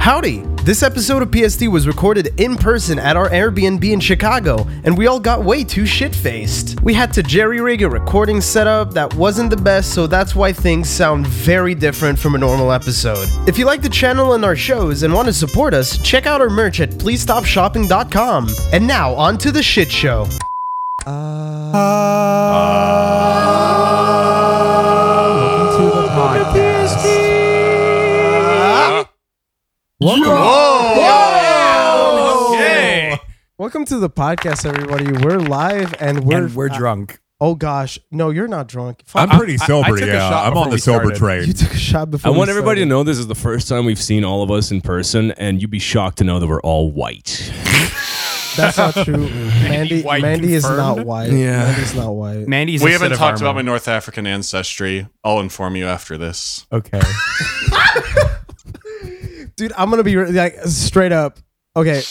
Howdy! This episode of PST was recorded in person at our Airbnb in Chicago, and we all got way too shit faced. We had to jerry rig a recording setup that wasn't the best, so that's why things sound very different from a normal episode. If you like the channel and our shows and want to support us, check out our merch at pleasestopshopping.com. And now, on to the shit show. Welcome to the podcast. Welcome. Okay. Welcome to the podcast, everybody. We're live and we're And we're drunk. oh gosh, no, you're not drunk. Fuck, I'm I- pretty I- I sober. took a yeah, shot I'm on before we the sober started. you train. took a shot I before. want we everybody to started. know this is the first time we've seen all of us in person, and you'd be shocked to know that we're all white. That's not true. Mandy, White Mandy is confirmed? not white. Yeah. Mandy's not white. Mandy's. we a haven't set of talked about armor. my North African ancestry. I'll inform you after this. Okay. Dude, I'm gonna be re- like straight up. Okay,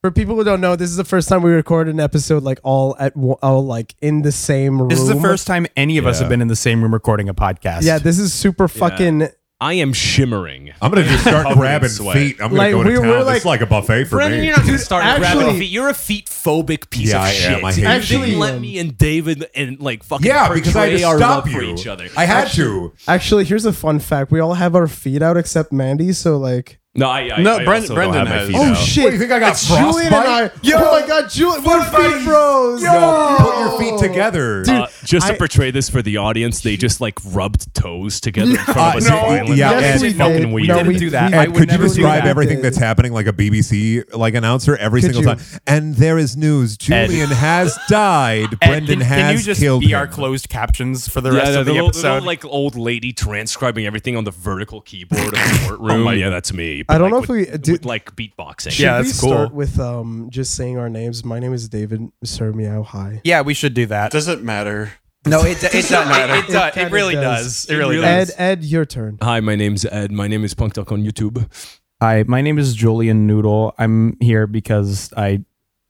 for people who don't know, this is the first time we record an episode like all at wo- all like in the same room. This is the first time any of us Yeah. have been in the same room recording a podcast. Yeah, this is super fucking. I am shimmering. I'm gonna just start Covered in grabbing sweat. feet. I'm gonna Like, go to we town. were It's like- like a buffet for me. gonna start Actually- grabbing feet. You're a feet phobic piece Yeah, of I shit. am. I hate You didn't feet. let let me me and David and like fucking yeah, because I had to our stop for you. each other. I had to. Actually, oh, here's a fun fact: we all have our feet out except Mandy. So like, No, I, I, No, I Bren- also Brendan don't have my has- feet Oh, out. What, do you think I got Julian and I. frostbite? Yo, oh my god, Julian, we're feet bros. Yo, put your feet together. Uh, just to I- portray this for the audience, they just like rubbed toes together in front of Uh, us. no, on the island. yeah, That and- shit we fucking did. weird. No, Didn't we- do that. we- I And would could you never do describe that. everything Did. that's happening like a BBC like announcer every Could single you? time? And there is news: Ed. Julian has died. Ed, Brendan can, has can you just killed be him. our closed captions for the Yeah, rest no, of the, little, episode? little, like old lady transcribing everything on the vertical keyboard of the courtroom. yeah, that's me. I don't know like, if with- we- do- with, like beatboxing. Yeah, Should we that's cool. start with um just saying our names. My name is David Sir Meow. Hi. yeah, we should do that. Does it matter? No, it it does. It, It kinda does. It really does. does. It really Yes. Ed, does. Ed, your turn. Hi, my name's Ed. My name is Punk Duck on YouTube. Hi, my name is Julian Noodle. I'm here because I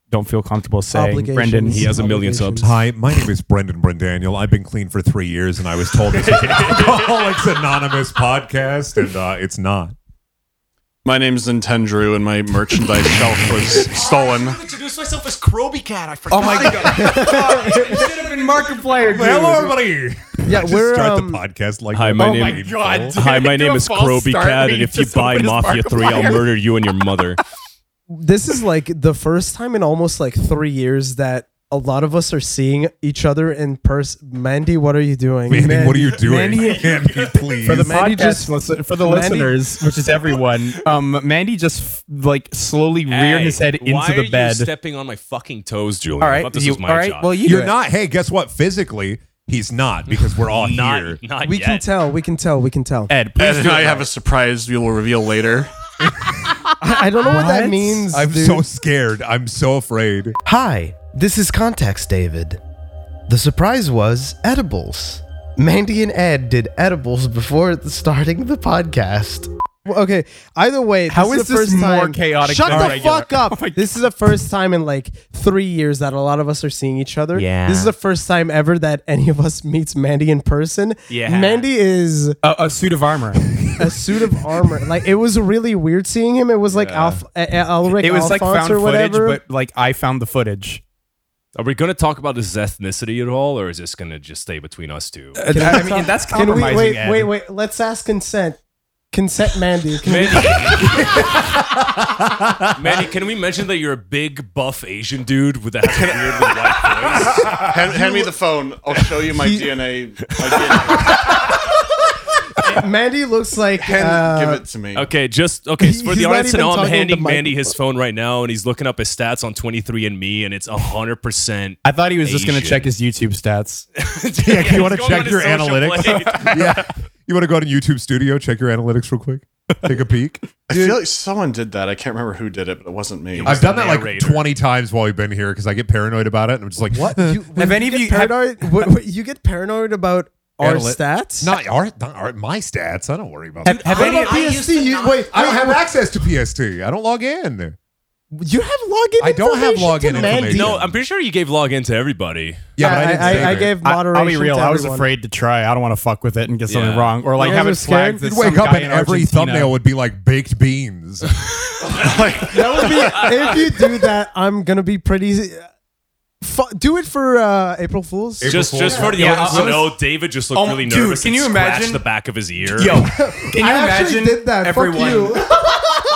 don't feel comfortable saying Obligations. Brendan. He has a million subs. Hi, my name is Brendan Brendaniel. I've been clean for three years, and I was told this is an Alcoholics Anonymous podcast, and uh, it's not. My name's Nintendrew, and my merchandise shelf was stolen. introduce myself as Croby Cat. I forgot. Oh my god. Markiplier. Hello, everybody. Yeah, Just we're start um, the podcast like Hi, that. my Oh name- God. Hi, my Do name a is false Croby start Cat, when and you if you just buy open his Mafia 3, I'll Markiplier. murder you and your mother. this is like the first time in almost like three years that a lot of us are seeing each other in person. Mandy, what are you doing? Mandy, what are you doing? Mandy- Mandy, please. For the Mandy podcast, just- listen- for the Mandy- listeners, which is everyone, um, Mandy just f- like slowly reared his head why into are the you bed. stepping on my fucking toes, Julian. all I right, thought this you- was my all right. job. Well, you You're do it. not. Hey, guess what? Physically, he's not because we're all here. not, not we yet. can tell. We can tell. We can tell. Ed. Please Ed do and it I right. have a surprise we will reveal later. I, I don't know what, that What? means. I'm dude. so scared. I'm so afraid. Hi, this is Context David. The surprise was edibles. Mandy and Ed did edibles before starting the podcast. Okay, either way, this How is, is the this first more time. chaotic Shut than the regular? fuck up. this is the first time in like three years that a lot of us are seeing each other. Yeah. This is the first time ever that any of us meets Mandy in person. Yeah. Mandy is a, a suit of armor. a suit of armor. like it was really weird seeing him. It was like Alf, a- a- Alric it was like Alphonse found or footage, whatever. but like I found the footage. Are we going to talk about his ethnicity at all, or is this going to just stay between us two? Can I we mean, talk- that's can we compromising, wait? Ed. Wait, wait. Let's ask consent. Consent, Mandy. Can we- Manny, can we mention that you're a big, buff Asian dude with that weird little white voice? Hand, hand me the phone. I'll show you my DNA. My DNA. Mandy looks like Hand, uh, give it to me. Okay, just okay. So for He's the not audience to even know, I'm talking handing into the Mandy his phone right now, and he's looking up his stats on 23andMe, and it's 100. percent I thought he was just gonna Asian. check his YouTube stats. Yeah, you wanna check your analytics? yeah. You want to go to YouTube Studio, check your analytics real quick, take a peek. I feel like someone did that. I can't remember who did it, but it wasn't me. I've done that like narrator. 20 times while we've been here because I get paranoid about it. And I'm just like, what? eh, You, when Have any of get you- have- paranoid? what, what, you get paranoid about our Analy- stats? Not our, not our, my stats. I don't worry about Have, that. have What any about of PST? You, wait, I don't have access to PST. I don't log in. You have login. I don't have information to login Mandy? information. No, I'm pretty sure you gave login to everybody. Yeah, but I, didn't I, save I it. gave I, moderation. will be real. To I was everyone. afraid to try. I don't want to fuck with it and get something Yeah. wrong, or like You guys have were it flagged. scared? that You'd wake some up guy and in every Argentina- thumbnail would be like baked beans. That would be if you do that. I'm gonna be pretty. uh, Fu- do it for uh, April Fools. April- Just, just for the Yeah, audience I- I to was- know, David just looked Oh, really dude, nervous. can and you scratched imagine- the back of his ear? Yo, can you I actually imagine did that. everyone? Fuck you.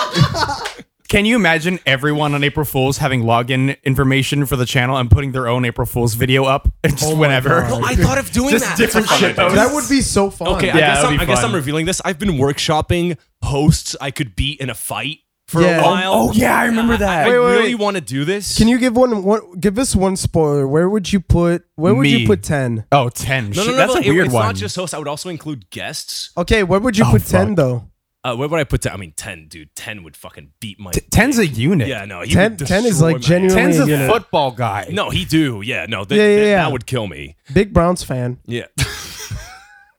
Can you imagine everyone on April Fools having login information for the channel and putting their own April Fools video up just whenever? I thought of doing Just different shit. though. that would be so fun. Okay, I, Yeah, guess that'd I'm, be I guess fun. I'm revealing this. I've been workshopping hosts I could beat in a fight for Yeah. a while. Oh yeah, I remember that. I Wait, wait, really wait. want to do this. Can you give one, one? Give us one spoiler. Where would you put? Where would Me. you put ten? Oh, 10. No, Shit, no, no. that's no, a it- weird it's one. not just hosts. I would also include guests. Okay, where would you Oh, put ten fuck. though? Uh, where would I put ten? I mean, ten, dude. Ten would fucking beat my. 10's a unit. yeah, no. He 10 would 10 is destroy like my genuinely- ass. 10's a unit. football guy. No, he do. Yeah, no. That, Yeah, yeah, that- yeah. that would kill me. Big Browns fan. Yeah.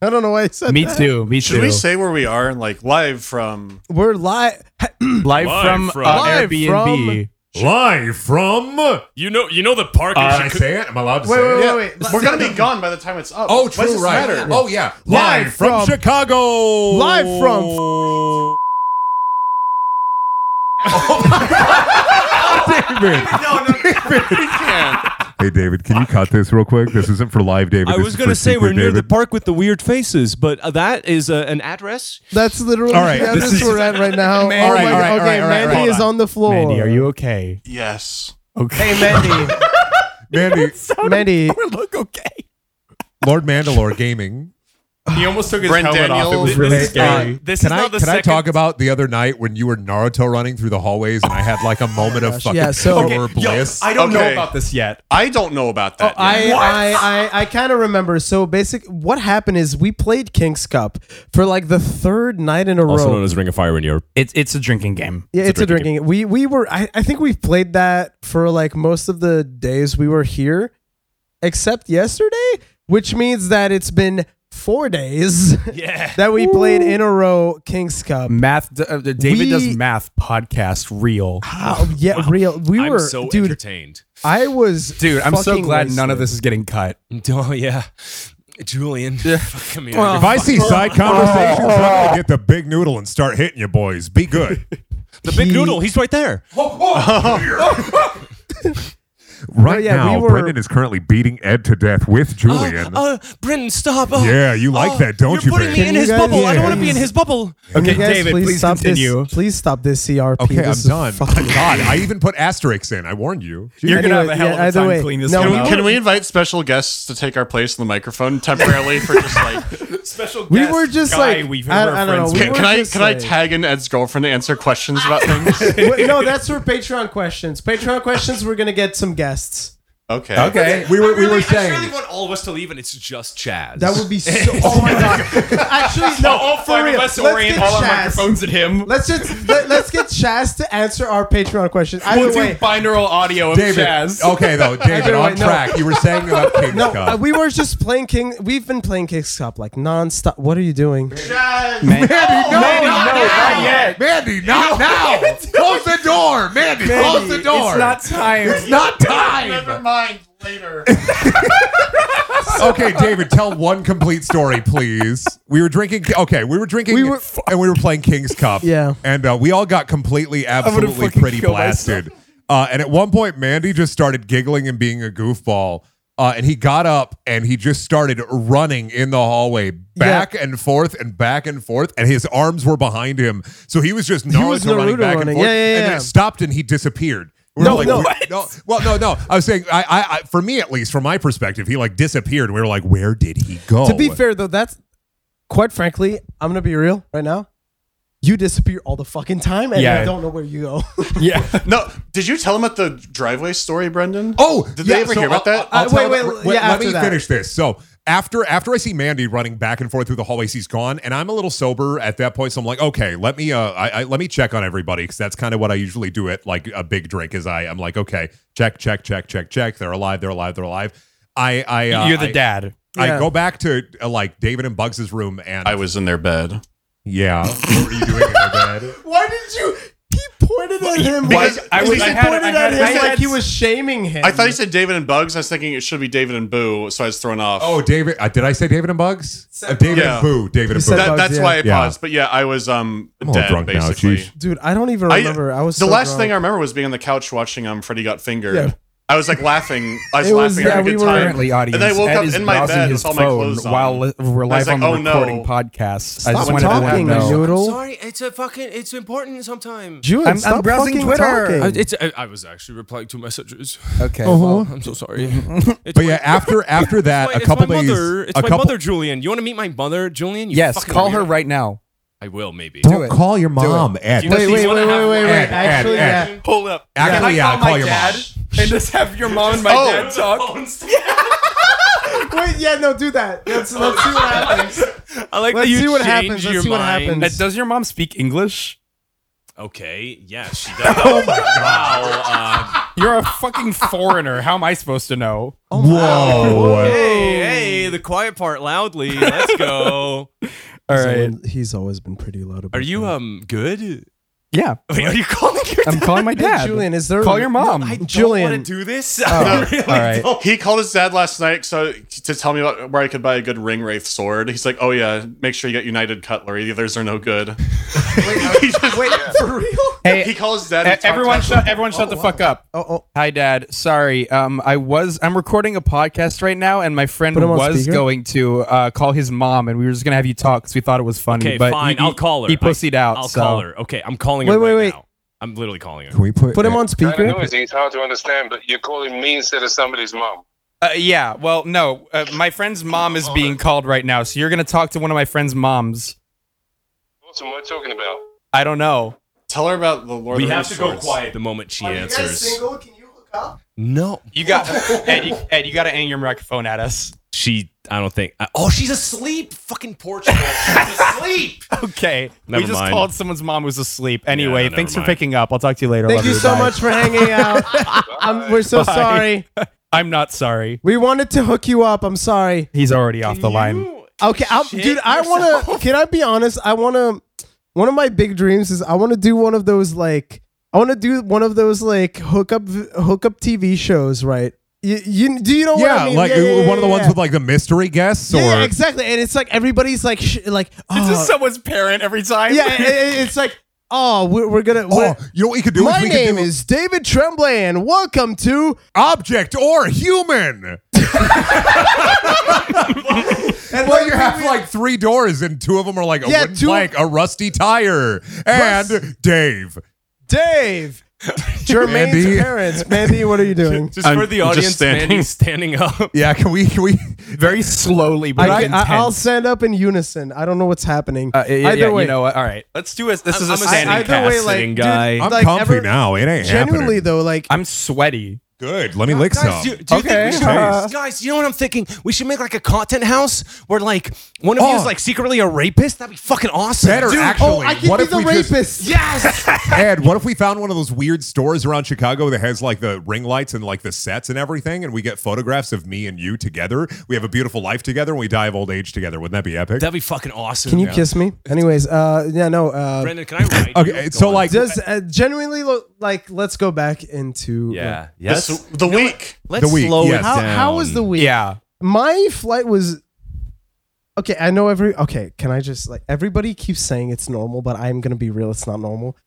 I don't know why I said Me that. too. Me Should too. we say where we are? Like live from? We're live. live, Live from, from- uh, Live Airbnb? Live from. You know, you know the park. in Can I Uh, Chica- say it? Am I allowed to Wait, say wait, it? wait, Yeah, wait. We're gonna be gone by the time it's up. Oh, What's true, this right. matter? Oh, yeah. Live from- from, Chicago. Live from- Oh, Hey, David, can you cut this real quick? This isn't for live, David. I was gonna say we're near the park with the weird faces, but uh, that is uh, an address. That's literally All right, the this address is- we're at right now. Mandy. oh All right, my all God. right, all okay, right, all right, Mandy hold is on. on the floor. Mandy, are you okay? Yes. Okay. Hey, Mandy. Mandy, Mandy. look okay. Lord Mandalore Gaming. He almost took his Brent helmet Daniels. off. It was This really is- scary. uh, this can is I, not the can I second- talk about the other night when you were Naruto running through the hallways and I had like a moment of fucking Yeah, so- pure bliss? I don't know Okay. about this yet. I don't know about that. Oh, I, yet. I, I, I kind of remember. So basic, what happened is we played King's Cup for like the third night in a row. as Ring of Fire in Europe. It's it's a drinking game. yeah, it's a drinking. We we were. I, I think we played that for like most of the days we were here, except yesterday, which means that it's been four days Yeah. that we played in a row King's Cup. Math. d- uh, David We- does math podcast real. Oh, yeah, real. We I'm were, so dude. entertained. I was, Dude, I'm so fucking glad none of wasted. this is getting cut. Oh yeah, Julian. Fuck him here. if I see side conversations, I'm going to get the big noodle and start hitting you, boys. Be good. the big noodle, he's right there. Right yeah, now, we were- Brendan is currently beating Ed to death with Julian. Uh, Brenton, stop. Oh, Yeah, you like that, don't you, You're putting Brenton? me in Can his you guys- bubble. I don't want to yeah. be in his bubble. Can Okay, you guys David, please stop continue. This, please stop this CRP. okay, I'm This is done. fucking- God, I even put asterisks in. I warned you. You're gonna have Anyway, a hell yeah, of a either time way. cleaning this No, one we up. Can we invite special guests to take our place in the microphone temporarily for just like? special We were just like, I, I don't know. we Can, were can I just can I like- tag in Ed's girlfriend to answer questions about things? Wait, no, that's for Patreon questions. Patreon questions. We're gonna get some guests. Okay. Okay, we were we were saying. I really want all of us to leave, and it's just Chaz. That would be so. Oh my god! Actually, no. all Oh, for five real. of Let's us get orient all our Chaz. microphones at him. Let's just let, us get Chaz to answer our Patreon questions. Either We'll do way, binaural audio of David, Chaz. oh, okay though, David, Either way, on no. track. You were saying about King's no, Cup. uh, we were just playing King. We've been playing King's Cup like nonstop. What are you doing? Oh, Mandy, no, not, not yet. Mandy, not now. Close the door, Mandy. close the door. It's not time. It's not time. Never mind. Later. okay, David, tell one complete story, please. We were drinking. Okay, we were drinking, We were- and we were playing King's Cup. Yeah. and uh, we all got completely, absolutely fucking pretty killed blasted. Uh, and at one point, Mandy just started giggling and being a goofball. Uh, and he got up and he just started running in the hallway, back and forth and back and forth, and his arms were behind him, so he was just Naruto, was running Naruto back and running. forth, Yeah, yeah, and then yeah. it stopped and he disappeared. We were No, no. we- no, well, no, no. I was saying, I, I, I, for me at least, from my perspective, he like disappeared. We were like, where did he go? To be fair, though, that's quite frankly, I'm gonna be real right now. You disappear all the fucking time, and Yeah. I don't know where you go. Yeah. No, did you tell him at the driveway story, Brendan? Oh, Did they ever hear about that? Uh, wait, tell wait, them- yeah, let after me that. finish this. So after after I see Mandy running back and forth through the hallways, he's gone, and I'm a little sober at that point. So I'm like, okay, let me uh, I, I let me check on everybody because that's kind of what I usually do at like a big drink. Is I I'm like, okay, check, check, check, check, check. They're alive. They're alive. They're alive. I I uh, You're the I- dad. Yeah. I go back to uh, like David and Bugs's room, and I was in their bed. yeah. what were you doing in my bed? Why did you? He pointed pointed at him. Because like, I was- he I had- pointed I at had- him I like had- he was shaming him. I thought he said David and Bugs. I was thinking it should be David and Boo, so I was thrown off. Oh, David. Uh, did I say David and Bugs? Uh, David Yeah. and Boo. David and Boo. said That- Bugs, that's yeah. why I Yeah. paused. But yeah, I was um all dead drunk now, basically. jeez. dude, I don't even I- remember. I, was the so last drunk. thing I remember was being on the couch watching um Freddy Got Fingered. Yeah. I was like laughing. I was It laughing was- having yeah, a good we were- time. Apparently, audience. And I woke Ed up is in my browsing bed his with all my phone clothes on. while li- we're live like, on the oh, no. recording podcast. I just Stop wanted talking, to let everyone know. noodle. Sorry, it's a fucking. It's important sometimes. Dude, I'm- stop I'm browsing fucking Twitter. talking. I, it's, I, I was actually replying to messages. Okay. Uh-huh. Well, I'm so sorry. Mm-hmm. It's But my- yeah, after after that, it's my- a couple it's my days, mother. It's a my couple. mother, Julian. You want to meet my mother, Julian? You yes, fucking call her weirdo. right now. I will, maybe. Don't it. call your mom, Ed. Do it. Wait, wait, You wanna wait, have wait, wait, one? wait. Ed, Ed, Actually, Ed. yeah. Hold up. Actually, yeah, call your mom. and just have your mom and my Oh. dad talk. Wait, yeah, no, do that. Let's, let's see what happens. I like Let's that you see what change happens. Let's your see what mind. happens. Uh, Does your mom speak English? Okay. Yeah, she does. oh my god. Wow. Uh, You're a fucking foreigner. How am I supposed to know? Oh Whoa. hey, hey, the quiet part loudly. Let's go. All right. He's always been pretty low to Are you um good? Yeah. Wait, are you calling your I'm calling my Hey, dad. Julian, is there Call your mom. I don't Um, Julian. uh, want to do this. I really all right. don't. He called his dad last night so to tell me about where I could buy a good ring wraith sword. He's like, "Oh yeah, make sure you get United Cutlery. The others are no good." He just- Hey, he calls his dad. e- and talked everyone, to- shut, everyone, shut the fuck up. Oh, oh. Hi, Dad. Sorry. Um, I was I'm recording a podcast right now, and my friend Put him on was speaker. going to uh, call his mom, and we were just gonna have you talk because we thought it was funny. Okay, but fine. he- I'll call her. He pussied I, out. I'll so. call her. Okay, I'm calling Wait, her wait, right wait. now. I'm literally calling her. Can we put, Put him on kind of speaker. noisy. It's hard to understand, but you're calling me instead of somebody's mom. Uh, yeah. Well, no. Uh, my friend's mom is being called right now, so you're gonna talk to one of my friend's moms. What's am I talking about? I don't know. Tell her about the Lord. We of the have to go Swords. quiet the moment she answers. Can you hook up? No, You got Ed. You, Ed, you got to aim your microphone at us. she. I don't think. I- oh, she's asleep. Fucking Portugal. She's asleep. Okay. Never we just mind. called someone's mom who's asleep. Anyway, never thanks mind. for picking up. I'll talk to you later. Thank Love you so Bye. much for hanging out. I'm, we're so Bye. sorry. I'm not sorry. We wanted to hook you up. I'm sorry. He's already off the line. Okay, I'm, Shit dude. I want to. Can I be honest? I want to. One of my big dreams is I want to do one of those like I want to do one of those like hookup v- hookup TV shows. Right? You, you do you know what yeah, I mean? like one of the ones yeah. with like the mystery guests or Yeah, yeah, exactly. And it's like everybody's like sh- like It's oh just someone's parent every time. yeah. it- it- it's like oh we're, we're gonna. Oh, we're- you know what we could do? my we name could do is David Tremblay, and welcome to. object or human. And Well, you have like three doors, and two of them are like a Yeah, wooden two- plank, a rusty tire, and Rust- Dave. Dave, Jermaine's Mandy. parents. Mandy, what are you doing? Just I'm for the just audience, standing. Mandy's standing up. Yeah, can we? Can we? Very slowly, but I, intense. I, will stand up in unison. I don't know what's happening. Uh, yeah, either yeah, way, you know what? All right. Let's do this. This is a I'm a standing I- either cast. way, like, sitting dude, guy. I'm like, comfy ever- now. It ain't genuinely happening. though, like I'm sweaty. Good. Let me lick some. Guys, do, do you Okay. think we should, Uh, guys, you know what I'm thinking? We should make like a content house where like one of you Oh. is like secretly a rapist. That'd be fucking awesome. Better Dude, actually. oh, I can what be if the we just- rapist. Yes. Ed, what if we found one of those weird stores around Chicago that has like the ring lights and like the sets and everything, and we get photographs of me and you together? We have a beautiful life together, and we die of old age together. Wouldn't that be epic? That'd be fucking awesome. Can you Yeah. kiss me? Anyways, uh, yeah, no. Uh, Brendan, can I write? you? okay, Go so on. like, does uh, genuinely look like? Let's go back into Yeah. This- Yes. the week. Let's The week, slow yes. it How down. how was the week? Yeah. my flight was okay. I know every okay. Can I just like everybody keeps saying it's normal, but I'm gonna be real. It's not normal.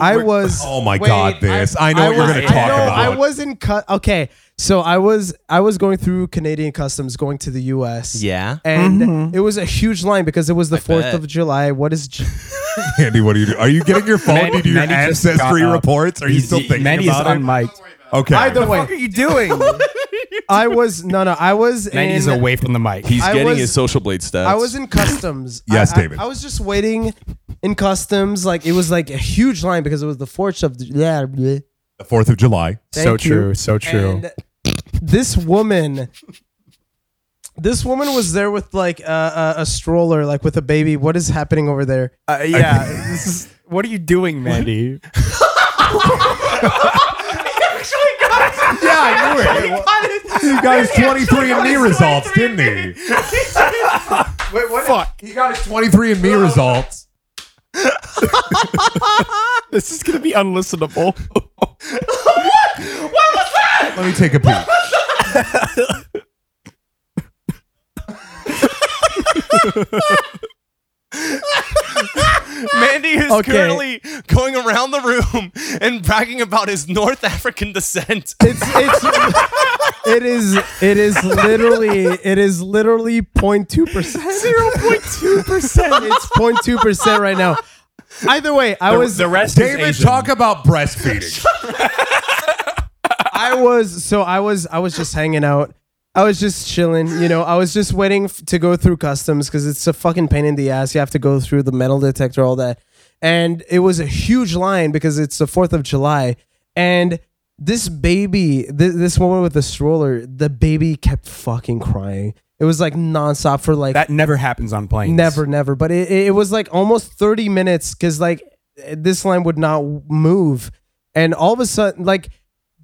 I was. oh my wait, god, this! I, know what was- you're going to talk I know, I about. was in cut. Okay, so I was I was going through Canadian customs, going to the U.S. Yeah. and Mm-hmm. it was a huge line because it was the Fourth bet. of July. What is? Ju- Andy, what are you? Do? Are you getting your phone Mandy- to do your Mandy just ancestry got up. reports? Are you still thinking Mandy is about it? unmiked. okay. Either What are way, you doing? I was no no. I was Mandy's in, away from the mic. He's I getting was- his social blade stats. I was in customs. Yes, I- I- David. I, was just waiting in customs. Like it was like a huge line because it was the Fourth of yeah. bleh. the Fourth of July. Thank so you. true. So true. And this woman, this woman was there with like a, a, a stroller, like with a baby. What is happening over there? Uh, yeah. this is, what are you doing, Mandy? Yeah, I knew it. He got his 23 and me results, didn't he? Fuck. He got his 23 and me results. This is gonna be unlistenable. Let me take a peek. Mandy is Okay. currently going around the room and bragging about his North African descent. It's it's it is it is literally it is literally 0.2 percent. Zero point two percent. It's 0.2 percent right now. Either way, I was the rest is David, Asian. talk about breastfeeding. I was so I was I was just hanging out. I was just chilling, you know. I was just waiting f- to go through customs because it's a fucking pain in the ass. You have to go through the metal detector, all that, and it was a huge line because it's the Fourth of July. And this baby, th- this woman with the stroller, the baby kept fucking crying. It was like nonstop for like that never happens on planes. Never, never. But it, it was like almost 30 minutes because like this line would not move. And all of a sudden, like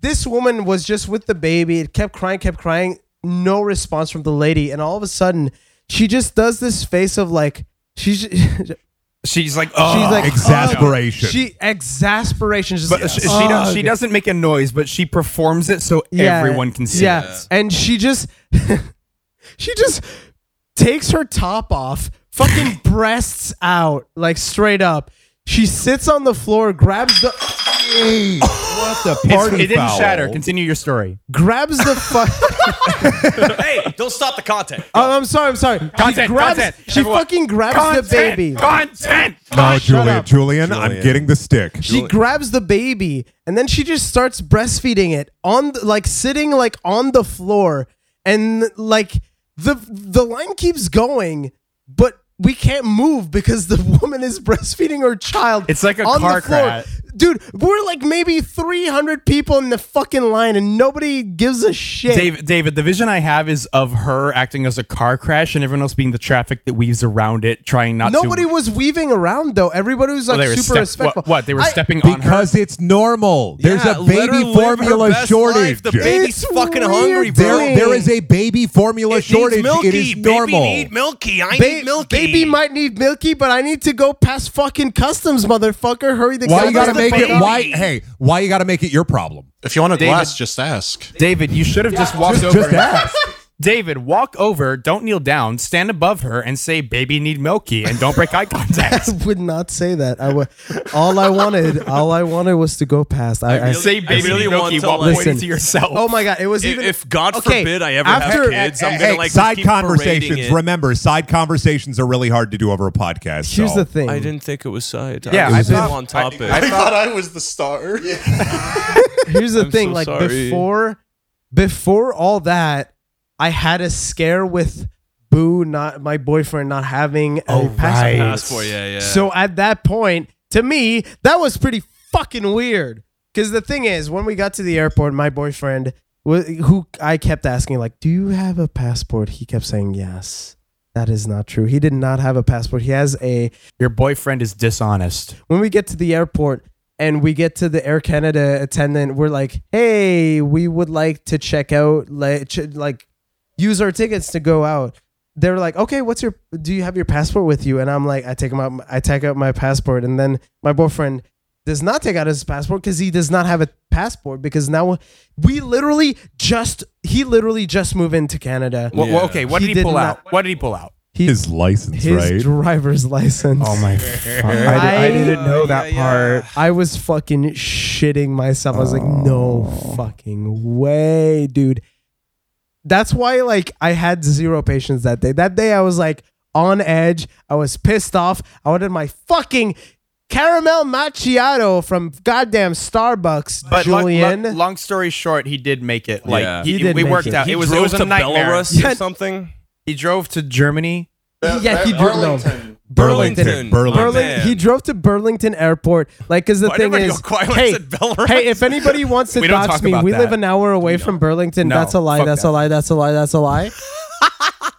this woman was just with the baby. It kept crying, kept crying. No response from the lady. And all of a sudden, she just does this face of like, she's, she's She's like, oh. like, Exasperation. "Ugh." she exasperation. Just But like, she, she, does, "Ugh." she doesn't make a noise, but she performs it so everyone can see. Yeah. it. And she just she just takes her top off, fucking breasts out, like straight up. She sits on the floor, grabs the what the It's- party it didn't foul. shatter. Continue your story. grabs the fuck hey, don't stop the content. Oh, I'm sorry, I'm sorry. she Content, grabs content, she everyone. fucking grabs the baby. Content. No, Julian, up. Julian, I'm getting the stick. She grabs the baby and then she just starts breastfeeding it on the, like sitting like on the floor and like the the line keeps going but we can't move because the woman is breastfeeding her child. It's like a on the car floor. crash. Dude, we're like maybe 300 people in the fucking line and nobody gives a shit. David, David, the vision I have is of her acting as a car crash and everyone else being the traffic that weaves around it, trying not Nobody to. was weaving around though. Everybody was like they were super step- what- respectful. What, they were I- stepping on her. Because it's normal. There's Yeah, a let her baby live her formula best shortage. life. The baby's It's fucking weird, hungry, there, bro. dude. there is a baby formula It shortage. needs milky. It is Baby normal. need milky. I Ba- need milky. Baby might need milky, but I need to go past fucking customs, motherfucker. Hurry the why you customs gotta the make fuck it? up. Why? Hey, why you gotta make it your problem? If you want a glass, just ask. David, you should have just walked Just, over. just ask. David, walk over, don't kneel down, stand above her, and say, "Baby, need milky," and don't break eye contact. I would not say that. I would. All I wanted, all I wanted was to go past. I, I, say, I "Baby, really need want milky," to, while like- pointing to Listen. yourself. Oh my god! It was If, even. if God Okay, forbid I ever after- have kids, Hey, I'm gonna like side keep parading conversations. it. Remember, side conversations are really hard to do over a podcast. Here's so. the thing. I didn't think it was side. Yeah, I I was so thought- on topic. I thought I was the star. Here's the I'm thing. so like sorry. before, before all that, I had a scare with Boo, not my boyfriend, not having a passport. passport, yeah, yeah. So at that point, to me, that was pretty fucking weird. Because the thing is, when we got to the airport, my boyfriend, wh- who I kept asking, like, "Do you have a passport?" He kept saying, "Yes." That is not true. He did not have a passport. He has a Your boyfriend is dishonest. when we get to the airport and we get to the Air Canada attendant, we're like, "Hey, we would like to check out, like, ch- like use our tickets to go out." They're like, "Okay, what's your? Do you have your passport with you?" And I'm like, I take 'em out, I take out my passport, and then my boyfriend does not take out his passport because he does not have a passport because now we literally just he literally just moved into Canada. Well, well, okay, what He did he, did pull not- out? What did he pull out? He- his license, his right? driver's license. Oh my! I- I, I didn't know that part. I was fucking shitting myself. I was like, no Oh. fucking way, dude. That's why, like, I had zero patience that day. That day, I was like on edge. I was pissed off. I wanted my fucking caramel macchiato from goddamn Starbucks, But lo- lo- Julian. long story short, he did make it. Like Yeah. he, He did we make worked it. out. He it was drove it was a to nightmare. Belarus Yeah. or something. He drove to Germany. yeah, he drove. no. Burlington. Burlington. Burlington. Burlington. Burling- Man. he drove to Burlington Airport. Like, because the Why did thing everybody is, go quiet when I hey, said Belarus? hey, if anybody wants to We don't dox talk me, about we that. live an hour away from Burlington. No, that's a lie. fuck That's that. a lie. That's a lie. That's a lie.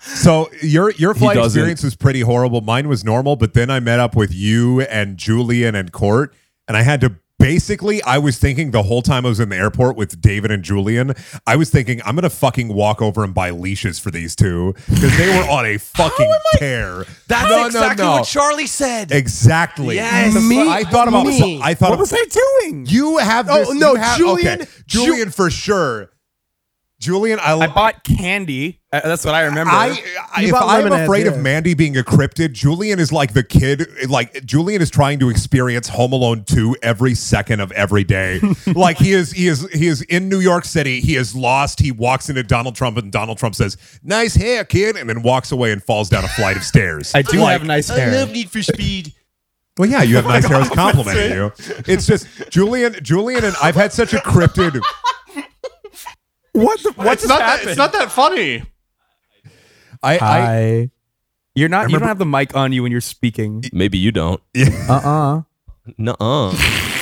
So your your flight doesn't. experience was pretty horrible. Mine was normal, but then I met up with you and Julian and Court, and I had to basically, I was thinking the whole time I was in the airport with David and Julian, I was thinking I'm gonna fucking walk over and buy leashes for these two because they were on a fucking tear. That's No, no, exactly no. what Charlie said. Exactly. Yes. The fu- Me- I thought about. me. I thought. What was I doing? You have. Oh, This, you no, have- Julian- okay. Julian for sure. Julian, I. I bought candy. Uh, that's what I remember. I, I You if bought I'm lemonade, afraid of yeah. Mandy being a cryptid, Julian is like the kid. Like Julian is trying to experience Home Alone two every second of every day. like he is, he is, he is in New York City. He is lost. He walks into Donald Trump, and Donald Trump says, "Nice hair, kid," and then walks away and falls down a flight of stairs. I do have nice hair. Need for Speed. Well, yeah, you have nice hair. I was complimenting you. It's just Julian, Julian, and I've had such a cryptid. what the, what it's not that, it's not that funny. I, I Hi. You're not. you remember- don't have the mic on you when you're speaking. Maybe you don't. Uh uh Uh-uh. Nuh-uh.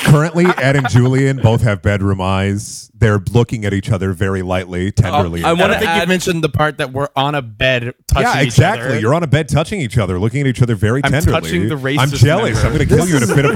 currently Ed and Julian both have bedroom eyes. They're looking at each other very lightly, tenderly. Uh, I I wanna don't think add- you mentioned the part that we're on a bed touching yeah, each other. exactly. You're on a bed touching each other, looking at each other very I'm tenderly. touching the racist I'm jealous. member. I'm going to kill you in a fit of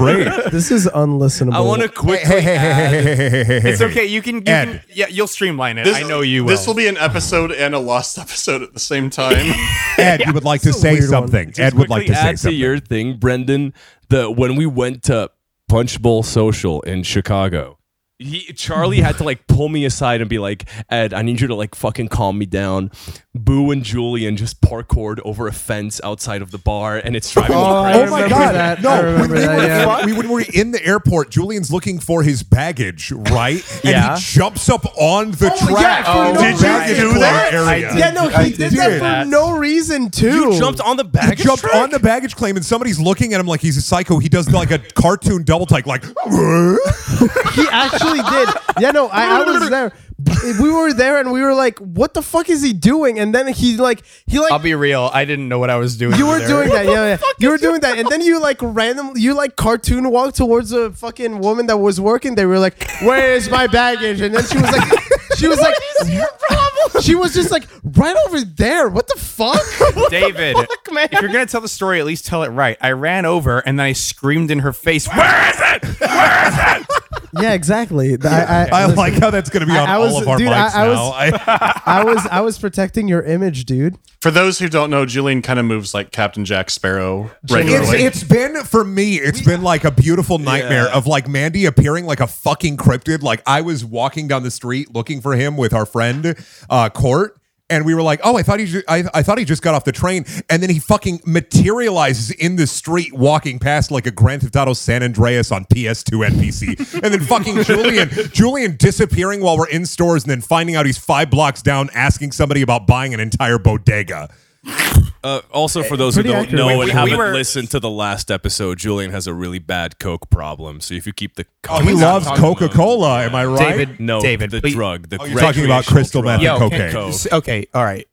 rage. This is unlistenable. I want to quick. Hey, hey, hey, hey, hey, hey, hey, hey, hey, hey. It's okay. You can. You Ed. can yeah, you'll streamline it. This- I know you will. This will be an episode and a lost episode at the same time. Ed, you would like to say weird one. something. Ed would like quickly to say add to something. your thing, Brendan. The when we went to Punch Bowl Social in Chicago, he, Charlie had to like pull me aside and be like, "Ed, I need you to like fucking calm me down." Boo and Julian just parkoured over a fence outside of the bar, and it's driving Oh, me I crazy. Oh my remember god! that. I No, when remember we, that, were, yeah. we- when we were in the airport, Julian's looking for his baggage, right? Yeah. And he jumps up on the Oh, yeah, track. for no did reason. you do that? I Area. did. Yeah, no, I he did, did that do for that. no reason too. You jumped on the He baggage. jumped truck? on the baggage claim, and somebody's looking at him like he's a psycho. He does like a cartoon double take, like. He actually did. Yeah, no, I, I was there. We were there and we were like, "What the fuck is he doing?" And then he like he like I'll be real. I didn't know what I was doing. you were either. doing that. Yeah, yeah. You were doing that, and then you like random you like cartoon walked towards a fucking woman that was working. They were like, "Where is my baggage?" And then she was like, she was like. She was just like right over there. What the fuck? David, if you're gonna tell the story, at least tell it right. I ran over and then I screamed in her face. "Where is it?" yeah, exactly. I, I like how that's going to be I- on I all was- of our dude, I- mics I now. I- I was I was protecting your image, dude. For those who don't know, Julian kind of moves like Captain Jack Sparrow it's, regularly. it's been for me. It's been like a beautiful nightmare of like Mandy appearing like a fucking cryptid. Like I was walking down the street looking for him with our friend uh, Court. And we were like, "Oh, I thought he, ju- I, I thought he just got off the train." And then he fucking materializes in the street, walking past like a Grand Theft Auto San Andreas on PS2 NPC. and then fucking Julian, Julian disappearing while we're in stores, and then finding out he's five blocks down, asking somebody about buying an entire bodega. Uh, also, Eh, for those Pretty who don't accurate. know Wait, and we- we haven't were- listened to the last episode, Julian has a really bad coke problem. So if you keep the Oh, he loves Coca Cola. Am I right? David, no, David, the please- drug. The Oh, you're talking about recreational crystal drug. meth and Yo, cocaine. Coke. S- Okay, all right.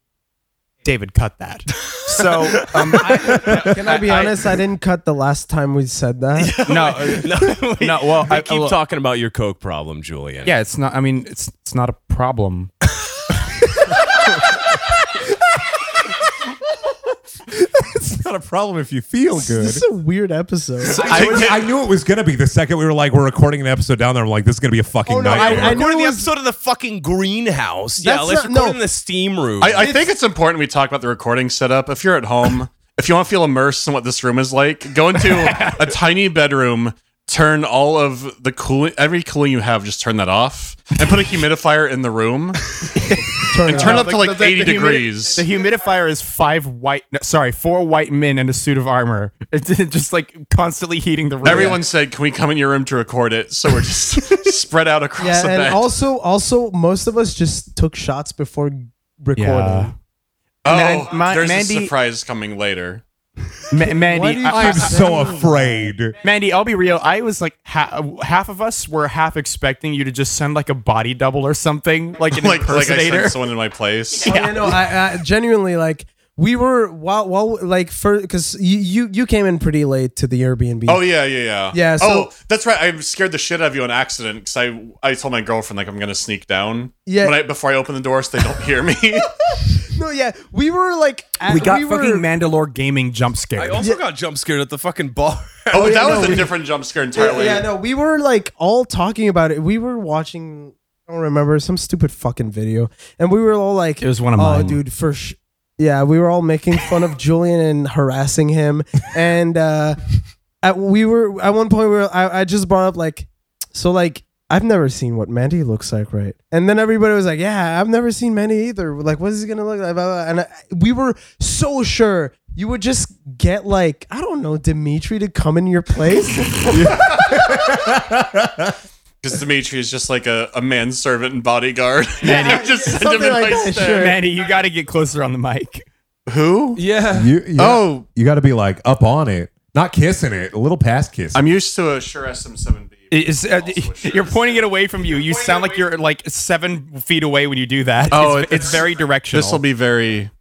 David, cut that. So, um, I, Can I be honest? I, didn't cut the last time we said that. no, uh, No, we, no. Well, we I keep well, talking about your coke problem, Julian. Yeah, it's not. I mean, it's it's not a problem. It's not a problem if you feel good. This is a weird episode. I, was- I knew it was gonna be the second we were like we're recording an episode down there. I'm like this is gonna be a fucking Oh, no, nightmare. I knew Recording it the was- episode of the fucking greenhouse. yeah, That's let's not- record no. in the steam room. I, I think it's important we talk about the recording setup. If you're at home, if you want to feel immersed in what this room is like, go into a tiny bedroom, turn all of the cooling, every cooling you have, just turn that off, and put a humidifier in the room. and turn it up to like 80 degrees. The humidifier is five white. No, sorry, four white men in a suit of armor. It's just like constantly heating the room. Everyone said, "Can we come in your room to record it?" So we're just spread out across yeah, the and bed. also, also, most of us just took shots before recording. Yeah. oh, Man- Ma- there's a Mandy- surprise coming later. Why Ma- do Mandy, you- I, I'm so afraid. Mandy, I'll be real. I was like, ha- half of us were half expecting you to just send like a body double or something, like an Like, like I impersonator. sent someone in my place. Oh, yeah, no, I, I genuinely like we were while while like for because you, you you came in pretty late to the Airbnb. Oh yeah, yeah, yeah. Yeah, so- oh, that's right. I scared the shit out of you on accident because I I told my girlfriend like I'm gonna sneak down. Yeah. Oh, When I, before I open the door so they don't hear me. No, yeah, we were like at, We got we fucking were, Mandalore gaming jump I scared. also got jump scared at the fucking bar. Oh, that yeah, was no, a we- different jump scare Yeah, entirely. yeah, no, we were like all talking about it. We were watching. I don't remember some stupid fucking video, and we were all like, It was one of oh, mine. dude, for sh-. yeah." We were all making fun of Julian and harassing him, and uh, at, we were at one point we were. I, I just brought up like, so like I've never seen what Mandy looks like, right? And then everybody was like, "Yeah, I've never seen Mandy either. Like, what is he gonna look like?" Blah, blah, blah. And I, we were so sure you would just get like I don't know Dimitri to come in your place. Because Dimitri is just like a, a manservant and bodyguard. And you just send him something in like my that, stead. sure. Mandy, you got to get closer on the mic. Who? Yeah. You, you, Oh. you got to be like up on it, not kissing it, a little past kissing. I'm used to a Sure SM7B. Is, uh, Also a Shure you're pointing it away from you. You sound like you're like seven feet away when you do that. Oh, it's, it's it's- very directional. This will be very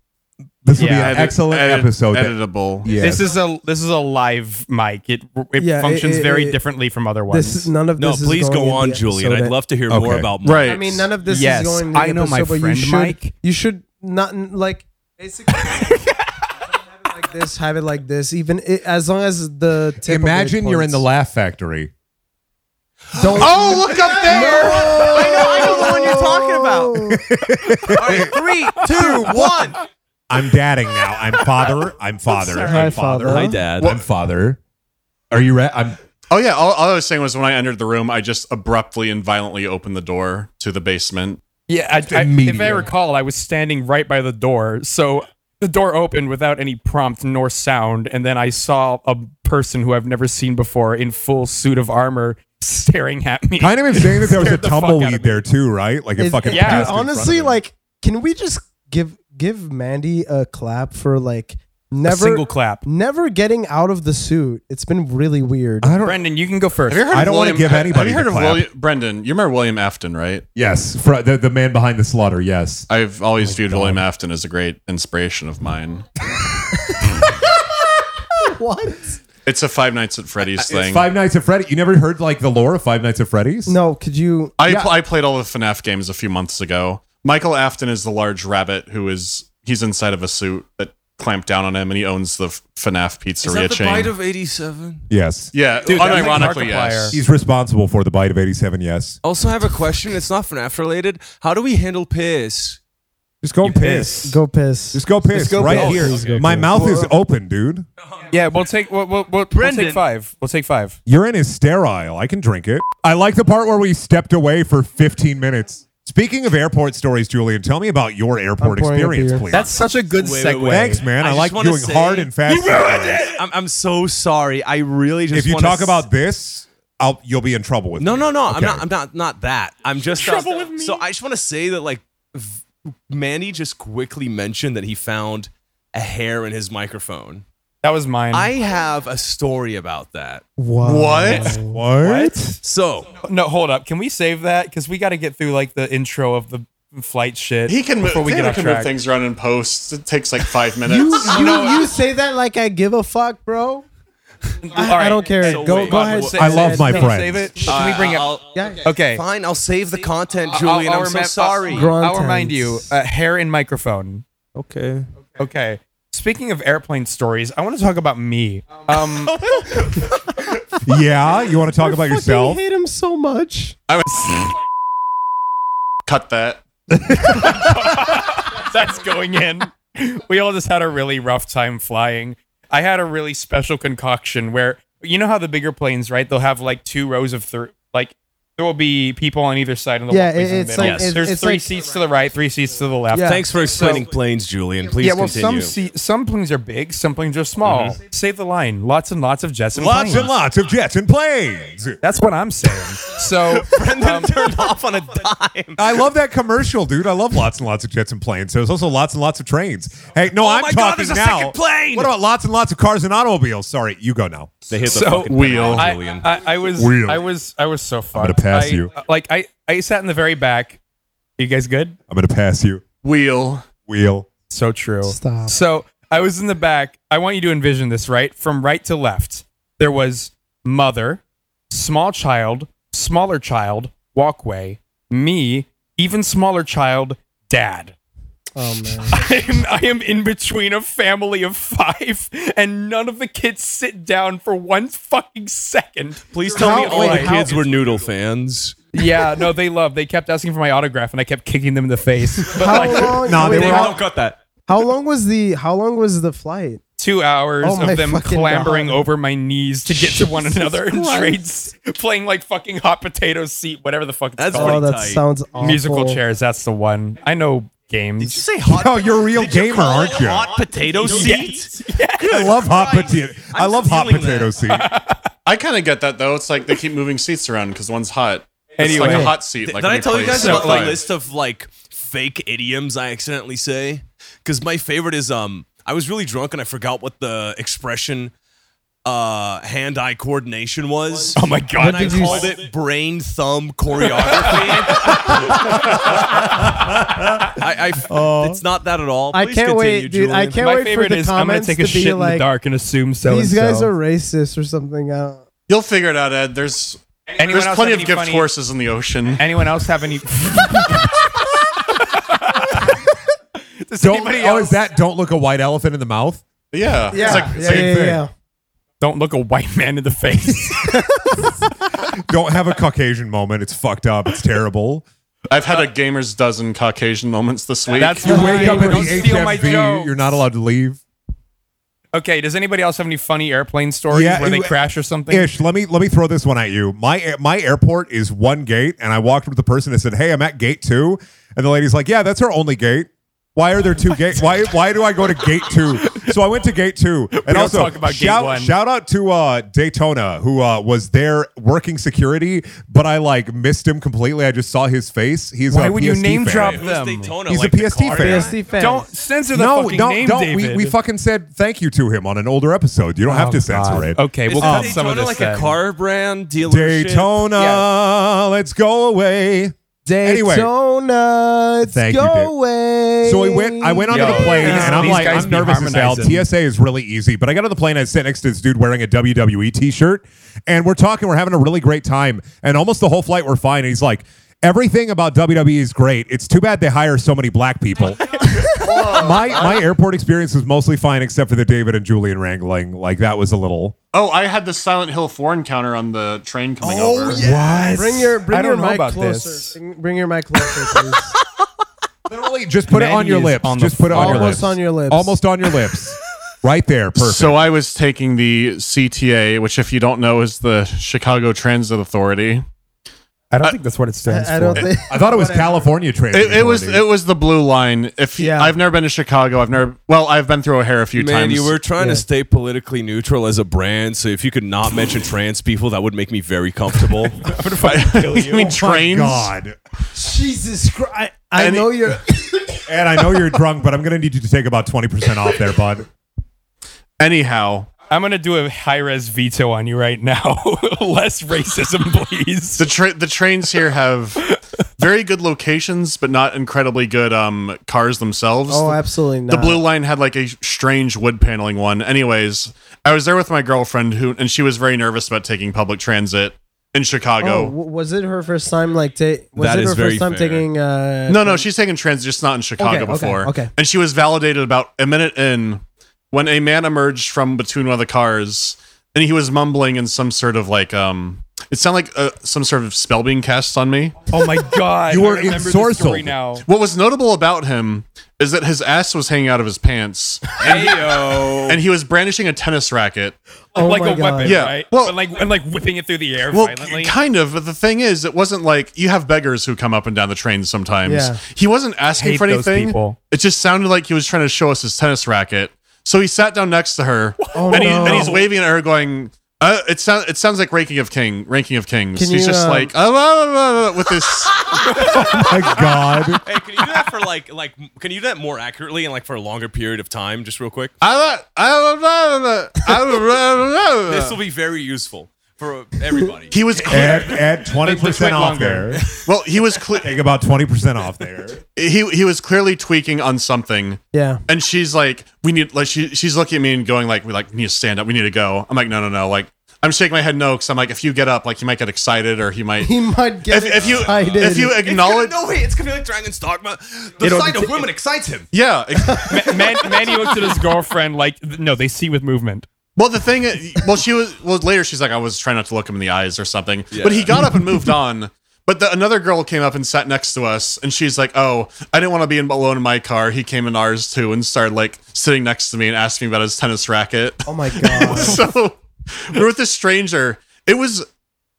this will yeah, be an edit- excellent edit- episode. that- Editable. yeah. This is a this is a live mic. It it Yeah, it- functions it- very it- differently from other ones. This is none of No, this. please is going go in on, the Julian. episode. I'd love to hear more Okay. about Mike. Right. I mean, none of this Yes, is going. In the I know my episode, but friend you should, Mike. You should not like basically have it like this. Have it like this. Even i as long as the tip of it Imagine you're in the points. Laugh Factory. Oh, look up there! I know the one you're talking about. Oh. Three, two, one. I'm dadding now. I'm father. I'm father. I'm, Hi, father. father. Hi, Dad. I'm father. Are you ready? I'm Oh yeah, all, all I was saying was when I entered the room, I just abruptly and violently opened the door to the basement. Yeah, I, I, if I Immediate. recall, I was standing right by the door, so the door opened without any prompt nor sound, and then I saw a person who I've never seen before in full suit of armor staring at me. kind of insane that there was a Scared the fuck out of tumbleweed me. there too, right? Like it Is- fucking dude, yeah, passed in front honestly, of him. like, can we just give give Mandy a clap for like a never single clap. never getting out of the suit? It's been really weird. I don't. Brendan, you can go first. Have you heard? I of don't wanna William, give Have anybody you heard the of clap. William Brendan? You remember William Afton, right? Yes, fr- the the man behind the slaughter. Yes. I've always viewed William Afton as a great inspiration of mine. what? It's a Five Nights at Freddy's It's thing. Five Nights at Freddy. You never heard like the lore of Five Nights at Freddy's? No, could you? I, pl- I played all the FNAF games a few months ago. Michael Afton is the large rabbit who is he's inside of a suit that clamped down on him, and he owns the F- FNAF pizzeria chain. '87? Yes. yeah, Dude, that's like unironically, Markiplier. yes. He's responsible for the bite of eighty-seven. Yes. Also, have a question. It's not FNAF related. How do we handle piss? Just go piss. piss. Go piss. Just go piss Just go right piss. here. Just go My piss. uh, mouth is open, dude. Yeah, we'll take we'll, we'll, we'll, we'll Brendan. take five. We'll take five. Urine is sterile. I can drink it. I like the part where we stepped away for 15 minutes. Speaking of airport stories, Julian, tell me about your airport pouring up experience, here. please. That's such a good Wait, wait, segue. wait. Thanks, man. I I, just like wanna doing say- hard and fast. segues. I'm, I'm so sorry. I really just. If you wanna talk s- about this, I'll you'll be in trouble with No, me. no, no. I'm Okay. not. I'm not. Not that. I'm just trouble with me. So I just want to say that like, v- Manny just quickly mentioned that he found a hair in his microphone. That was mine. I have a story about that. Wow. What? What? So no, hold up. Can we save that? Because we got to get through like the intro of the flight shit. He can move, before we get Taylor off can track. move things around in post. It takes like five You, minutes. you, you say that like I give a fuck, bro. I, All right. I don't care. So go wait, go wait, ahead. wait. I love my no, friends. Save it. Can we bring it? Uh, I'll- Yeah. okay. Fine, I'll save the content, Julian. i am so remem- sorry. Gro- I'll remind Grontons. you. Uh, hair and microphone. Okay. Okay. Speaking of airplane stories, I want to talk about me. Um, Yeah, you want to talk about yourself? hate him so much. I was cut that. that's going in. We all just had a really rough time flying. I had a really special concoction where you know how the bigger planes, right? They'll have like two rows of three, like there will be people on either side of the Yeah, it- walkways in the it's middle. like- it's- There's it's three like- seats to the right, three seats to the left. Yeah. Thanks for explaining planes, Julian. Please yeah, well, continue. some se- some planes are big, some planes are small. Save the line. Lots and lots of jets and Lots planes. and lots of jets and planes. That's what I'm saying. So um, turned off on a dime. I love that commercial, dude. I love lots and lots of jets and planes. There's also lots and lots of trains. Hey, no, I'm Oh my God, talking there's a now. second plane! What about lots and lots of cars and automobiles? Sorry, you go now. they hit the so- fucking wheel. pedal, I, Julian. I, I was Wheel. I was I was so far. gonna pass you. Like I I sat in the very back. You guys good? I'm gonna pass you. Wheel. Wheel. So true. Stop. So I was in the back. I want you to envision this, right? From right to left, there was mother, small child, smaller child, walkway, me, even smaller child, dad. Oh man. I'm, I am in between a family of five, and none of the kids sit down for one fucking second. Please tell me How- all the wait, how- kids were noodle fans. Yeah, no, they love. They kept asking for my autograph, and I kept kicking them in the face. But How like long? Nah, wait, they were how, all- don't cut that. how long was the How long was the flight? two hours Oh my of them fucking clambering God. over my knees to get to one another and trades, playing like fucking hot potato seat, whatever the fuck it's That's called. oh, that tight. sounds awful. Musical chairs. That's the one. I know games. Did you say hot? Oh, you're a real Did you gamer, call aren't it you? Hot potato seat. I love hot potato. I I'm love hot stealing that. potato seat. I kind of get that though. It's like they keep moving seats around because one's hot. Anyway. it's like a hot seat. Did Like did when I tell you play guys South about my by. list of like fake idioms I accidentally say? Because my favorite is um, I was really drunk and I forgot what the expression uh hand-eye coordination was. Oh my god! and I did you called s- it brain thumb choreography. I, I f- Oh. it's not that at all. I Please can't continue, wait, dude. I Julian. can't my wait for favorite the is I'm gonna comments take a to be shit in the like, dark and assume so. these guys are racist or something. I don't- You'll figure it out, Ed. There's Anyone there's else plenty have of any gift funny- horses in the ocean. Anyone else have any? Does Don't, anybody oh, else is that don't look a white elephant in the mouth? Yeah, Yeah, It's like, it's yeah, like- yeah, thing. yeah. don't look a white man in the face? Don't have a Caucasian moment. It's fucked up. It's terrible. I've had a gamer's dozen Caucasian moments this week. That's You wake up at Don't the steal my HMV. joke. You're not allowed to leave. Okay, does anybody else have any funny airplane stories Yeah, where they it- crash or something? Ish, let me let me throw this one at you. My air- my airport is one gate, and I walked up to the person and said, "Hey, I'm at gate two. and the lady's like, "Yeah, that's our only gate." Why are there two gates? Why why do I go to gate two? So I went to gate two, and don't also talk about gate shout one. shout out to uh, Daytona who uh, was there working security, but I like missed him completely. I just saw his face. He's Why a would you PST name fan. drop It was them? Daytona, He's like a the PST car. fan. PST fans. Don't censor the No, fucking don't name, don't. David. Oh, We, we fucking said thank you to him on an older episode. You don't Oh, have to censor it. Okay, we'll Is cut Daytona some of this. like then. a car brand dealership? Daytona, let's go away. Anyway. Daytona, it's Thank you, go Dave. away. So I went. I went onto Yo. the plane, Yeah. and I'm These like, guys I'm be nervous as hell. harmonizing. TSA is really easy, but I got on the plane. I sat next to this dude wearing a WWE T-shirt, and we're talking. We're having a really great time, and almost the whole flight we're fine. And he's like, "Everything about WWE is great. It's too bad they hire so many black people." my my airport experience was mostly fine, except for the David and Julian wrangling. Like that was a little. oh, I had the Silent Hill four encounter on the train coming Oh, over. What? Bring your bring I your don't know mic about closer. this. Bring, bring your mic closer, please. Literally, just put it Manny on your is lips. on the just put it on your phone. lips. Almost on your lips. Almost on your lips. right there. Perfect. So I was taking the CTA, which, if you don't know, is the Chicago Transit Authority. I don't think that's what it stands I don't for. think. I thought it was California Transit. It, it was Authority. it was the blue line. If you- Yeah. I've never been to Chicago, I've never. Well, I've been through O'Hare a few Man, times. you were trying Yeah. to stay politically neutral as a brand, so if you could not mention trans people, that would make me very comfortable. you Oh mean trains? Oh God. Jesus Christ! I Any- know you're. And I know you're drunk, but I'm gonna need you to take about twenty percent off there, bud. Anyhow, I'm gonna do a high res veto on you right now. Less racism, please. the tra- the trains here have very good locations, but not incredibly good um cars themselves. Oh, absolutely not. the blue line had like a strange wood paneling one. Anyways, I was there with my girlfriend who, and she was very nervous about taking public transit in Oh, Chicago. w- was it her first time? Like, ta- was That it is her very first time fair. taking? Uh, No, no, she's taken transit, just not in Chicago Okay, okay, before. okay. And she was validated about a minute in when a man emerged from between one of the cars and he was mumbling in some sort of like, um, it sounded like uh, some sort of spell being cast on me. Oh my god! You I were remember the ensorcelled. story now. What was notable about him is that his ass was hanging out of his pants and, and he was brandishing a tennis racket. Oh like my a weapon, God. Yeah, right? well- and like and like whipping it through the air Well, violently. kind of, but the thing is, it wasn't like you have beggars who come up and down the train sometimes. Yeah. He wasn't asking Hate for those anything. people. It just sounded like he was trying to show us his tennis racket. So he sat down next to her, Oh, and, he, no. and he's waving at her, going, uh, "It sounds, it sounds like ranking of king, ranking of kings." Can he's you, just um, like "Ah, blah, blah, blah," with this. My God. hey, can you do that for like like can you do that more accurately and like for a longer period of time, just real Uh. quick? "Ah, blah, ah, blah, blah, blah, blah, blah, blah." This will be very useful for everybody. He was clear. Add, add twenty percent off there. well. He was cle- Take about twenty percent off there. he he was clearly tweaking on something. Yeah. and she's like, "We need like she she's looking at me and going like, we like need to stand up, we need to go." I'm like, "No, no, no, like I'm shaking my head no because I'm like, if you get up, like you might get excited or you might. He might get if, if you excited. if you acknowledge, no, wait, it's gonna be like Dragon's Dogma. The It'll- sight of women excites him. yeah. ex- Ma- Man, Manny looks at his girlfriend like, no, they see with movement. well, the thing, is- well, she was. Well, later she's like, I was trying not to look him in the eyes or something. But he got up and moved on. But the, another girl came up and sat next to us, and she's like, "Oh, I didn't want to be in, alone in my car." He came in ours too, and started like sitting next to me and asked me about his tennis racket. oh my god. so we were with this stranger. It was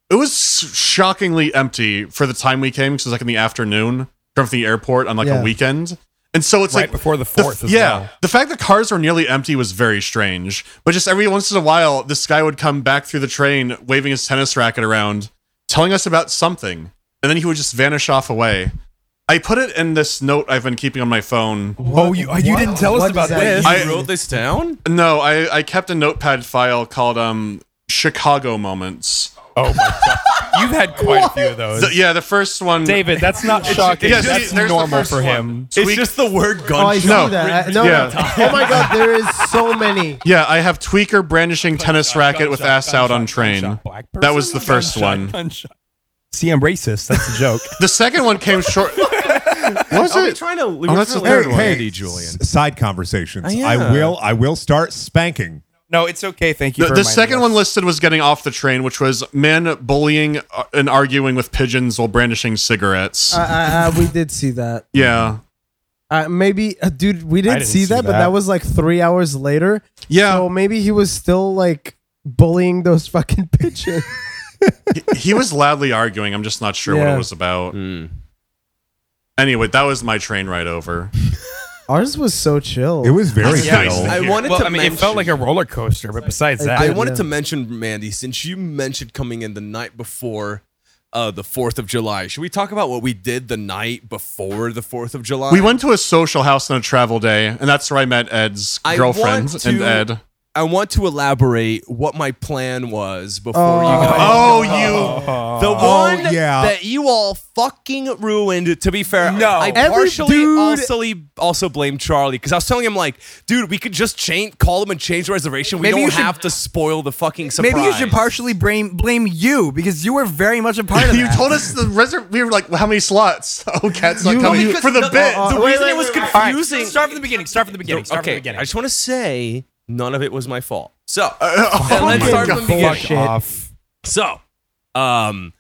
it was shockingly empty for the time we came because it was like in the afternoon from the airport on like Yeah. a weekend. And so it's Right like before the the- fourth as yeah, well. the fact that cars were nearly empty was very strange. But just every once in a while, this guy would come back through the train waving his tennis racket around, telling us about something, and then he would just vanish off away. I put it in this note I've been keeping on my phone. oh, you, you didn't tell us what about does that this. mean? I- wrote this down? No, I, I kept a notepad file called um Chicago moments. Oh, my God. You've had quite a few of those. The- yeah, the first one. David, that's not shocking. yes, that's see, there's the normal first for one. him. It's Tweak- just the word Oh, I gun. see No. that. I- No. Yeah. Oh my god, there is so many. Yeah, I have tweaker brandishing tennis racket with ass out on train. That was the first one. See, I'm racist. That's a joke. The second one came short. was Are we it? trying to? Oh, we're that's the trying to- third one. Julian. side Oh, conversations. I will. I will start spanking. no, it's okay. Thank you. The, for the reminding second us. one listed was getting off the train, which was men bullying uh, and arguing with pigeons while brandishing cigarettes. Uh, uh, uh, we did see that. yeah, Uh, maybe, uh, dude, we didn't, didn't see, see that, but that. that was like three hours later. yeah. So maybe he was still like bullying those fucking pigeons. he, he was loudly arguing. I'm just not sure what Yeah. it was about. Hmm. Anyway, that was my train ride over. Ours was so chill. It was very That's nice. chill. I- I Here. wanted Well, to I mean, mention. it felt like a roller coaster, but besides I I did. that, wanted yeah. to mention, Mandy, since you mentioned coming in the night before uh, the 4th of July, should we talk about what we did the night before the 4th of July? We went to a social house on a travel day, and that's where I met Ed's I girlfriend want and to- Ed. I want to elaborate what my plan was before Oh. you guys. Oh, you The Oh, one yeah. that you all fucking ruined. To be fair, No. I Every partially dude- also also blame Charlie because I was telling him like, dude, we could just change, call him and change the reservation. We Maybe you don't should- have to spoil the fucking surprise. Maybe you should partially blame blame you because you were very much a part of you that. told us the reserve. We were like, well, how many slots? Oh, cat's not You- coming because for the bit. uh, The wait, reason wait, it was wait, wait. All right, confusing. start from the beginning. Start from the beginning. Start okay, from the beginning. I just want to say none of it was my fault. So uh, oh let's my start God. from the beginning. Bullshit. off. So, um,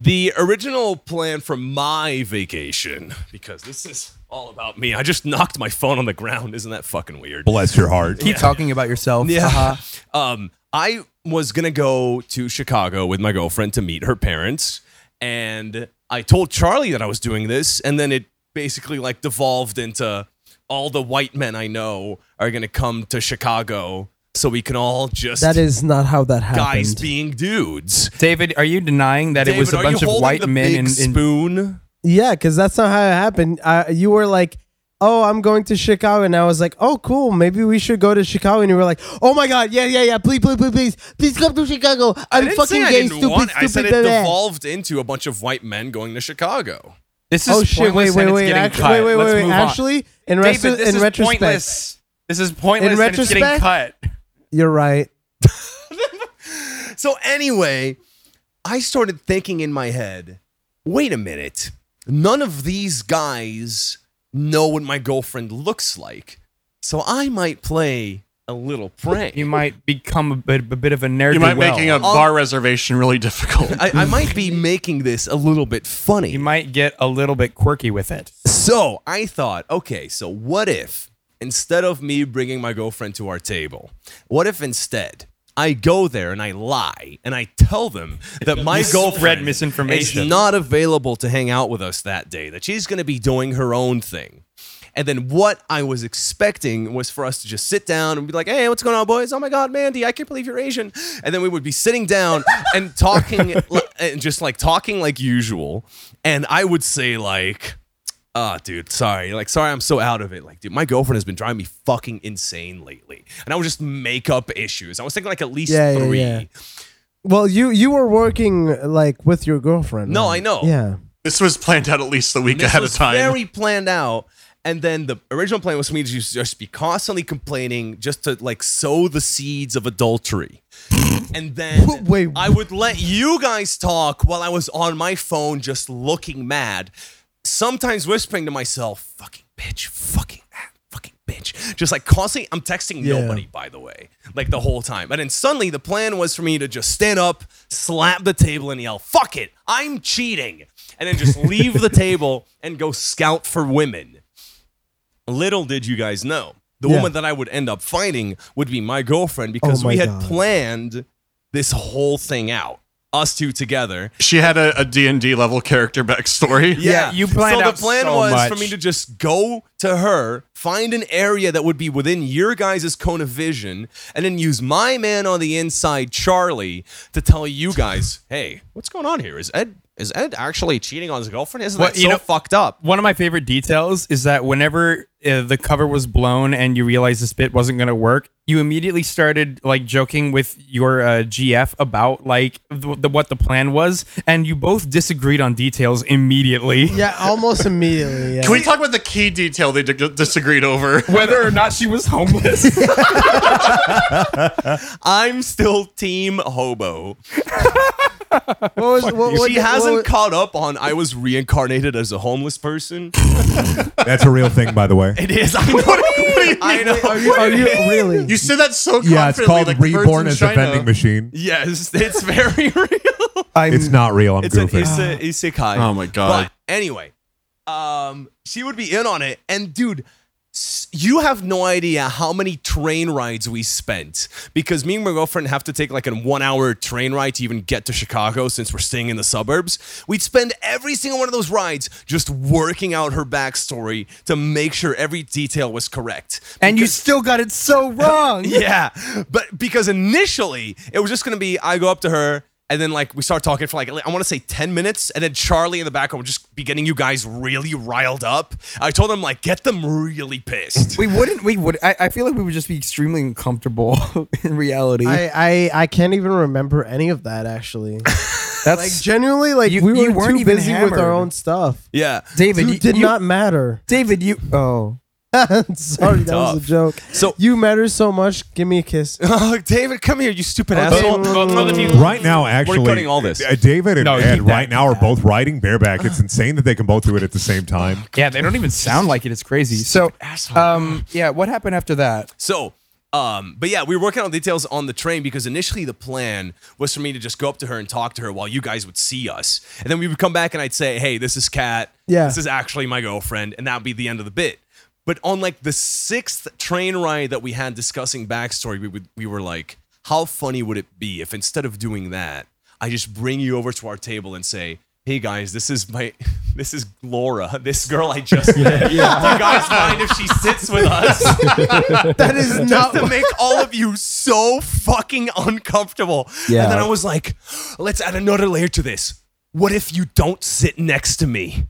the original plan for my vacation, because this is all about me. I just knocked my phone on the ground. Isn't that fucking weird? Bless your heart. Keep talking about yourself. Uh-huh. Yeah. Haha. Um, I was gonna go to Chicago with my girlfriend to meet her parents, and I told Charlie that I was doing this, and then it basically like devolved into all the white men I know are gonna come to Chicago so we can all just that is not how that happened. guys being dudes. David, are you denying that it was David, a are bunch you of holding white the men big in, in spoon? yeah, because that's not how it happened. Uh, you were like, "Oh, I'm going to Chicago," and I was like, "Oh, cool. Maybe we should go to Chicago." And you were like, "Oh my god, yeah, yeah, yeah. Please, please, please, please, please come to Chicago. I'm fucking gay, stupid, I said stupid, it blah, blah." devolved into a bunch of white men going to Chicago. This is Oh shit! Wait, pointless wait, and wait, it's getting actu- cut. wait, wait, Let's wait, wait. move on. Actually, in, David, retro- this in is retrospect, pointless. This is pointless In and it's getting cut. you're right. So anyway, I started thinking in my head, wait a minute. None of these guys know what my girlfriend looks like. So I might play a little prank. You might become a bit, a bit of a nerd. You might making a I'll- bar reservation really difficult. I, I might be making this a little bit funny. You might get a little bit quirky with it. So I thought, okay, so what if instead of me bringing my girlfriend to our table, what if instead I go there and I lie and I tell them that my girlfriend spread misinformation. is not available to hang out with us that day, that she's going to be doing her own thing. And then what I was expecting was for us to just sit down and be like, hey, what's going on, boys? Oh my God, Mandy, I can't believe you're Asian. And then we would be sitting down and talking li- and just like talking like usual. And I would say, like, ah, dude, sorry. Like, sorry, I'm so out of it. Like, dude, my girlfriend has been driving me fucking insane lately. And I would just make up issues. I was thinking like at least Yeah, yeah, three. yeah. Well, you you were working like with your girlfriend. No, right? I know. Yeah. this was planned out at least the week This ahead of was time. Very planned out. And then the original plan was for me to just- just be constantly complaining, just to like sow the seeds of adultery. And then Wait. I would let you guys talk while I was on my phone just looking mad, sometimes whispering to myself, fucking bitch, fucking ah, fucking bitch. Just like constantly, I'm texting Yeah. nobody, by the way, like the whole time. And then suddenly the plan was for me to just stand up, slap the table, and yell, fuck it, I'm cheating. And then just leave the table and go scout for women. Little did you guys know, the Yeah. Oh woman that I would end up finding would be my girlfriend because my we had God. planned this whole thing out, us two together. She had a, a D&D level character backstory. Yeah, you planned So out the plan so was much. for me to just go to her, find an area that would be within your guys' cone of vision, and then use my man on the inside, Charlie, to tell you guys, "Hey, what's going on here? Is Ed is Ed actually cheating on his girlfriend? Isn't Well, that so you know- fucked up?" One of my favorite details is that whenever uh, the cover was blown and you realized this bit wasn't going to work, you immediately started like joking with your uh, GF about like th- the, what the plan was, and you both disagreed on details immediately. Yeah, almost immediately. Yeah. Can we talk about the key detail they di- disagreed over? Whether or not she was homeless. I'm still team hobo. what was, what, what- she what- hasn't what- caught up on I was reincarnated as a homeless person. That's a real thing, by the way. It is. I know. I know. Are you, are you really? You said that so confidently. Yeah, it's called like the birds Reborn in as a China. vending machine. yes, it's very real. I'm, It's not real. I'm it's an goofy. it's a isekai. Oh my God. But anyway, um, she would be in on it, and dude. s- You have no idea how many train rides we spent because me and my girlfriend have to take like a one hour train ride to even get to Chicago since we're staying in the suburbs. We'd spend every single one of those rides just working out her backstory to make sure every detail was correct. and you still got it so wrong. Yeah, but because initially it was just gonna be I go up to her and then like we start talking for like I want to say ten minutes, and then Charlie in the background would just be getting you guys really riled up. I told him like get them really pissed. We wouldn't. We would. I, I feel like we would just be extremely uncomfortable in reality. I, I I can't even remember any of that actually. That's Like genuinely, like You- we you were weren't too even busy with our hammered. own stuff. Yeah, David. Dude, you, did you- not matter. David, you. Oh, Sorry, that was Tough. a joke. So- you matter so much. Give me a kiss. oh, David, come here, you stupid asshole. Right now, actually, cutting all this. uh, David and No, keep Ed that, right keep now are both riding bareback. It's insane that they can both do it at the same time. yeah, they don't even sound like it. It's crazy. So, um, yeah, what happened after that? So, um, but yeah, we were working on details on the train because initially the plan was for me to just go up to her and talk to her while you guys would see us. And then we would come back and I'd say, hey, this is Kat. Yeah. This is actually my girlfriend. And that would be the end of the bit. But on like the sixth train ride that we had discussing backstory, we, would, we were like, how funny would it be if instead of doing that, I just bring you over to our table and say, hey guys, this is my, this is Laura, this girl I just met. Do you guys mind if she sits with us? That is just not. to make all of you so fucking uncomfortable. Yeah. And then I was like, let's add another layer to this. What if you don't sit next to me?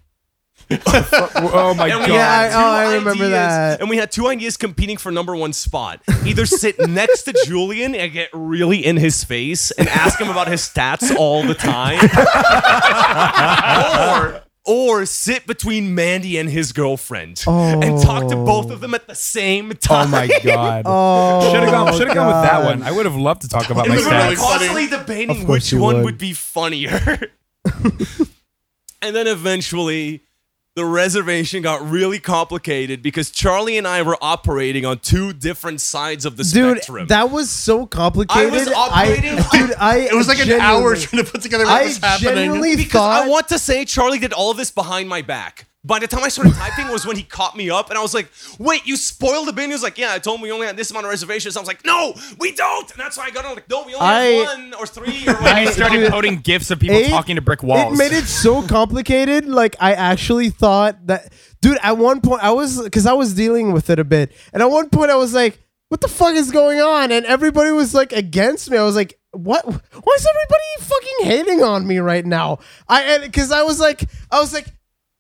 Oh my And we god! had Yeah, I- oh, two I remember ideas- that. And we had two ideas competing for number one spot. Either sit next to Julian and get really in his face and ask him about his stats all the time. or or sit between Mandy and his girlfriend and talk to both of them at the same Oh time. my god! Oh, should have gone. Should have gone with that God. one. I would have loved to talk about And my we were like stats. constantly Of debating course which you one would. would be funnier. and then eventually, the reservation got really complicated because Charlie and I were operating on two different sides of the Dude, spectrum. that was so complicated. operating- dude, I It was like an hour genuinely- trying to put together what I was happening. genuinely because thought I want to say Charlie did all of this behind my back. By the time I started typing was when he caught me up, and I was like, "Wait, you spoiled the bin." He was like, "Yeah, I told him we only had this amount of reservations." I was like, "No, we don't," and that's why I got on like, "No, we only I- have one or three or whatever." And he started Dude, coding gifs of people it- talking to brick It walls. made it so complicated. Like I actually thought that, dude. At one point, I was because I was dealing with it a bit, and at one point, I was like, "What the fuck is going on?" And everybody was like against me. I was like, "What? Why is everybody fucking hating on me right now?" I because I was like, I was like.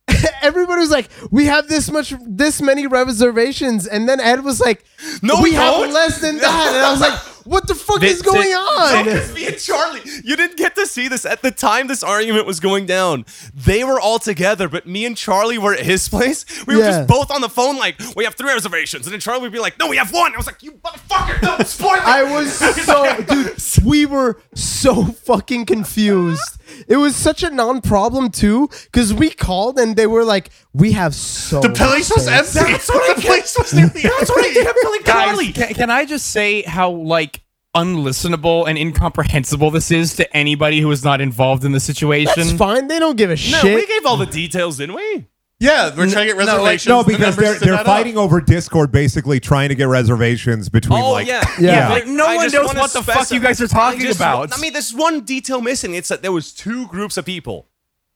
Everybody was like, "We have this much, this many reservations," and then Ed was like, No, we we have don't." less than that." And I was like, What the fuck is Th- going th- on? Me and Charlie, you didn't get to see this at the time this argument was going down. They were all together, but me and Charlie were at his place. We were Yeah. just both on the phone, like, we have three reservations. And then Charlie would be like, no, we have one. I was like, you motherfucker, don't spoil it. I was so dude. We were so fucking confused. It was such a non-problem too, because we called and they were like, "We have so." The place was much space." empty. the place was nearly That's what I did. I'm telling Charlie. Guys, can, can I just say how like unlistenable and incomprehensible this is to anybody who is not involved in the situation? That's fine. They don't give a No, shit. we gave all the details, didn't we? Yeah, we're trying to get reservations. No, The because members they're stood they're that fighting up. over Discord, basically trying to get reservations between Oh like yeah, Yeah. Like, no one just knows wanna what the fuck specify- you guys are I talking just- about. I mean, there's one detail missing. It's that there was two groups of people,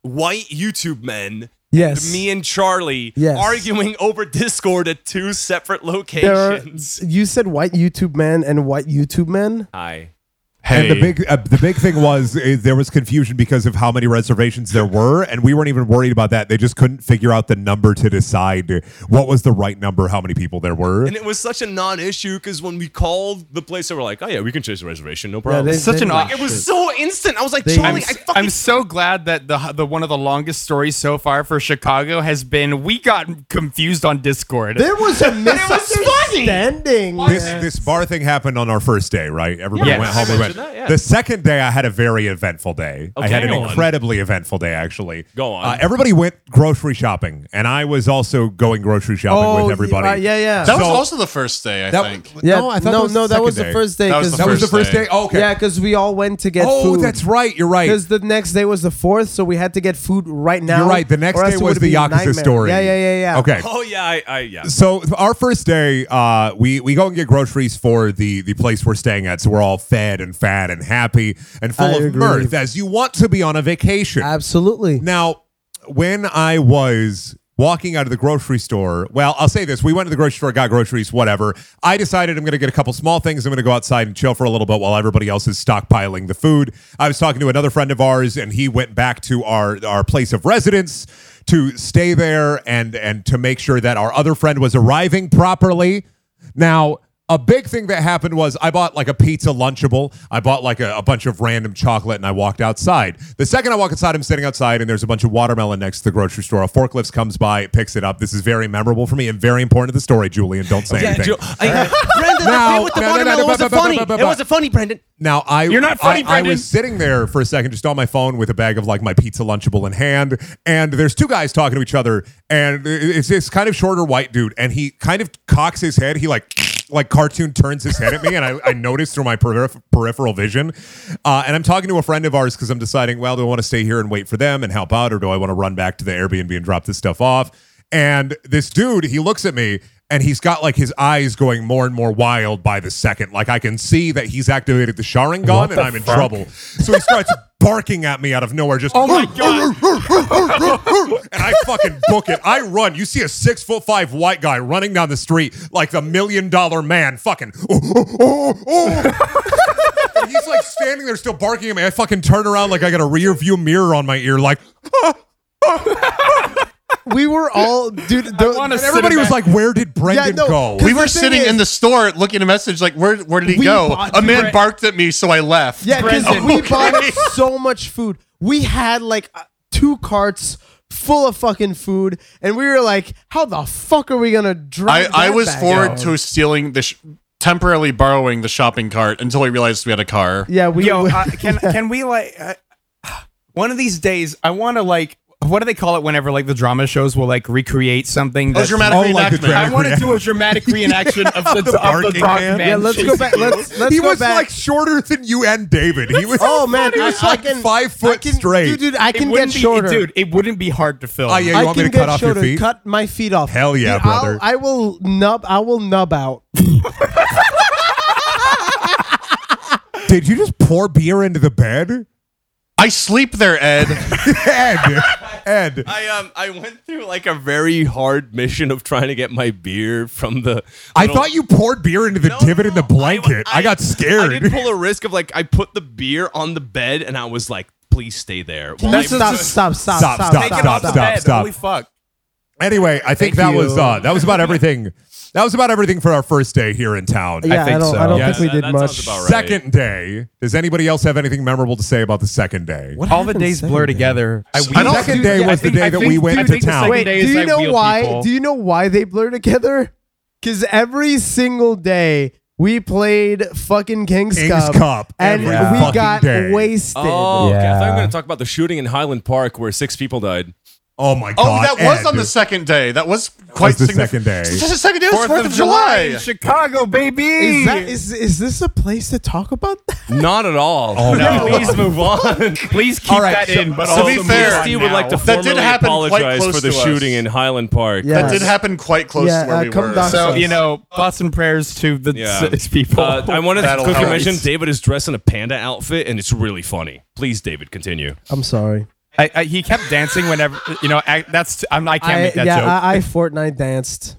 white YouTube men, Yes. me and Charlie, Yes. arguing over Discord at two separate There are, locations. you said white YouTube man and white YouTube man. Hi. And the big uh, the big thing was uh, there was confusion because of how many reservations there were, and we weren't even worried about that. They just couldn't figure out the number to decide what was the right number, how many people there were. And it was such a non-issue because when we called the place, they were like, "Oh yeah, we can change the reservation, no problem." they- It's such they an don't odd- give it a was shit. so instant. I was like, They- Charlie, I'm, i s- fucking I'm so glad that the the one of the longest stories so far for Chicago has been we got confused on Discord. There was a was funny. misunderstanding. this this bar thing happened on our first day, right? Everybody Yes. went home. I and went. mentioned that, yeah. The second day, I had a very eventful day. I Okay, had an go on. incredibly eventful day, actually. Go on. Uh, everybody went grocery shopping, and I was also going grocery shopping Oh, with everybody. uh, yeah, yeah. That was So- also the first day, I That, think. yeah, no, I thought no, that was no, that second was the day. first day. That was 'cause- That was the first day. day. Oh, okay. Yeah, because we all went to get oh, food. that's right. You're right. Because the next day was the fourth, so we had to get food right now. You're right. The next or else day it was would be the a Yakuza nightmare. story. Yeah, yeah, yeah, yeah. Okay. Oh yeah, I, I yeah. So our first day, uh, we we go and get groceries for the the place we're staying at. So we're all fed and fat and happy and full I of agree. mirth, as you want to be on a vacation. Absolutely. Now, when I was walking out of the grocery store, well, I'll say this. We went to the grocery store, got groceries, whatever. I decided I'm going to get a couple small things. I'm going to go outside and chill for a little bit while everybody else is stockpiling the food. I was talking to another friend of ours, and he went back to our, our place of residence to stay there and, and to make sure that our other friend was arriving properly. Now, a big thing that happened was I bought like a pizza lunchable. I bought like a, a bunch of random chocolate and I walked outside. The second I walk outside, I'm sitting outside and there's a bunch of watermelon next to the grocery store. A forklift comes by, it picks it up. This is very memorable for me and very important to the story, Julian. Don't say anything. Joe- I- Brendan, the Now- thing with the no, no, no, watermelon no, wasn't but- but- funny. but- but- It wasn't funny, Brendan. Now I You're not funny, I, I Brendan. was sitting there for a second, just on my phone with a bag of like my pizza lunchable in hand, and there's two guys talking to each other, and it's this kind of shorter white dude, and he kind of cocks his head, he like like cartoon turns his head at me, and I, I noticed through my perif- peripheral vision, uh, and I'm talking to a friend of ours because I'm deciding, well, do I want to stay here and wait for them and help out, or do I want to run back to the Airbnb and drop this stuff off? And this dude, he looks at me and he's got like his eyes going more and more wild by the second. Like I can see that he's activated the Sharingan and I'm in trouble. So he starts barking at me out of nowhere, just oh my god. and I fucking book it. I run. You see a six foot five white guy running down the street like the million dollar man fucking oh, and he's like standing there still barking at me. I fucking turn around like I got a rear view mirror on my ear, like We were all, dude. The, wanna and everybody was like, Where did Brendan no, go? 'cause We were the thing sitting is- in the store looking at a message like, where, where did he We go? bought A man bread. barked at me, so I left. yeah, because Brendan. we bought so much food. We had like uh, two carts full of fucking food, and we were like, "How the fuck are we gonna I, drive?" I that was back forward out? to stealing the sh- temporarily borrowing the shopping cart until I realized we had a car. Yeah, we. Yo, we- uh, can can we like uh, one of these days? I want to like what do they call it whenever like the drama shows will like recreate something. Oh, That's, dramatic Oh, like the reenactment. dramatic I want to do a dramatic reenaction of the, of the barking dog man. man. yeah, let's go back. Let's let's he go was back. like shorter than you and David. He was oh man, he I- was I like can- five I foot can- straight. dude. dude, I can It wouldn't get be- shorter, dude. It wouldn't be hard to film. oh yeah, I you want can me to get cut off your shorter. feet? Cut my feet off. Hell yeah, Dude, I'll- brother. I will nub. I will nub out. Did you just pour beer into the bed? I sleep there, Ed. Ed, Ed. I um I went through like a very hard mission of trying to get my beer from the. I thought you poured beer into the No, divot no, in the blanket. I, got I did scared. pull a risk of like I put the beer on the bed and I was like, please stay there. While Stop, I- stop, stop, stop, stop, Stop, stop, stop, stop, stop, stop, Holy stop. fuck! Anyway, I Thank think that was you. uh, that was about everything That was about everything for our first day here in town. Yeah, I, think don't, so. I don't Yeah, think we that- did that much. sounds about right. Second day. Does anybody else have anything memorable to say about the second day? What All the happened days second blur day? together. I, we, I don't- Second day was the day that we went to town. Wait, do you know why? Do you know why they blur together? Because every single day we played fucking King's, King's Cup and every we fucking got day. wasted. Oh, okay. I thought we were Yeah. going to talk about the shooting in Highland Park where six people died. Oh my Oh, god. that was Ed. on the second day. That was quite the significant. second day. This is the second day. It was Fourth of July. Chicago, baby. Is, that, is is this a place to talk about that? Not at all. Oh, no. Please move on. please keep right, that so- in. But so also be move fair, on Steve would like to now. That did formally happen quite apologize close for the to us. shooting in Highland Park. Yeah. That did happen quite close Yeah, to where uh, we come were. down So Yes. you know, thoughts and prayers to the Yeah. six people. Uh, I wanted to That'll quickly help. mention David is dressed in a panda outfit, and it's really funny. Please, David, continue. I'm sorry. I, I, he kept dancing whenever you know. I, that's I'm, I can't I, make that yeah, joke. I, I Fortnite danced.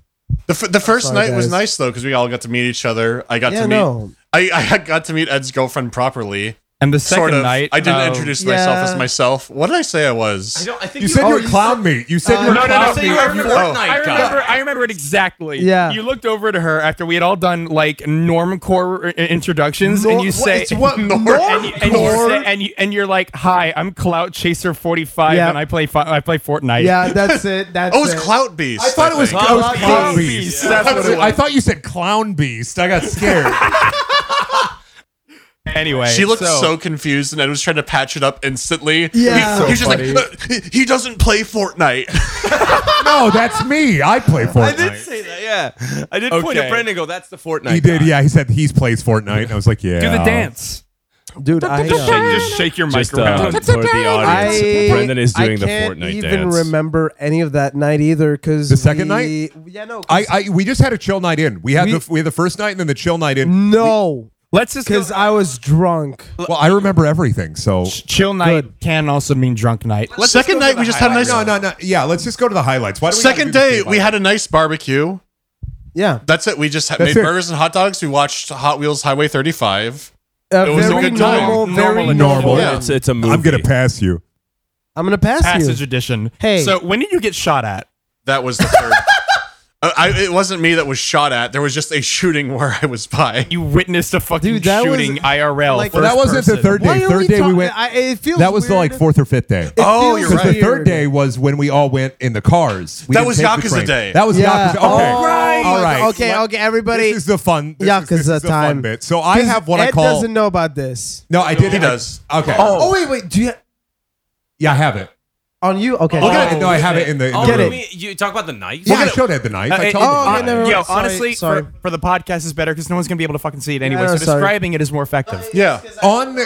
The, f- the first Sorry, night was guys. nice though because we all got to meet each other. I got Yeah, to meet. no. I, I got to meet Ed's girlfriend properly. and the Sort second of. night, I didn't uh, introduce yeah. myself as myself. What did I say I was? I think You Oh, said you were clown meat. You said you were no, no, clown no, meat. you were Oh. I remember. I remember it exactly. Yeah. You looked over to her after we had all done like normcore i- introductions, and you say, it's what norm? and, you, and, you say and, you, and you're like, "Hi, I'm Clout Chaser 45, Yeah. and I play fi- I play Fortnite." Yeah, that's it. That's oh, it was it. Clout Beast. I thought it was, think. I was clown Clown beast. Beast, that's what it I thought you said clown beast. I got scared. Anyway, She looked so, confused, and Ed was trying to patch it up instantly. Yeah. he, he was just like, "Uh, he doesn't play Fortnite. no, that's me. I play Fortnite. I did say that, yeah. I did point at Okay. Brendan and go, that's the Fortnite. He did, guy." yeah. He said he plays Fortnite. And I was like, yeah. do the dance. dude. I, uh, just shake your mic Just uh, around. toward the audience. I Brendan is doing the I can't Fortnite even dance. remember any of that night either. Because The second we, night, yeah, no, 'cause- I, I we just had a chill night in. We had We- the we had the first night and then the chill night Mm. in. no, Let's just go. because I was drunk. Well, I remember everything. So chill night can also mean drunk night. Second night, we just had a nice. no, no, no. Yeah, let's just go to the highlights. Why do we gotta Second do this day, thing we by- had a nice barbecue. Yeah, That's it. We just ha- That's made it. burgers and hot dogs. We watched Hot Wheels Highway 35. uh, It was a very good time. normal, very Normal, normal. yeah. It's, it's a movie. I'm gonna pass you. I'm gonna pass Passage you. edition. Hey. so when did you get shot at? That was the third. Uh, I, it wasn't me that was shot at. There was just a shooting where I was by. You witnessed a fucking Dude, that was- shooting IRL. like- Well, that first wasn't person. the third day. Why are Third day we talking- went. I, it feels that was the weird. like fourth or fifth day. It Oh, feels you're right. Because the third weird. day was when we all went in the cars. We That didn't was take the Yakuza train. day. That was Yeah. Yakuza. Okay. Oh, All right. Okay. Okay. Everybody. This is the fun. This Yakuza is, this is the fun time. bit. So I have what I Ed call. doesn't know about this. no, I did. He I- does. Okay. Oh wait, wait. Do you yeah, I have it. on you? Okay. Look at it. No, I have it in the. In Oh, the Get you it. room. mean- You talk about the knife? Yeah, I showed Ed the knife. I Uh, told it- him. oh, about yeah, it. no, Yo, sorry, honestly, sorry. For, for the podcast is better because no one's gonna be able to fucking see it anyway. no, so sorry. describing it is more effective. Yeah. On the-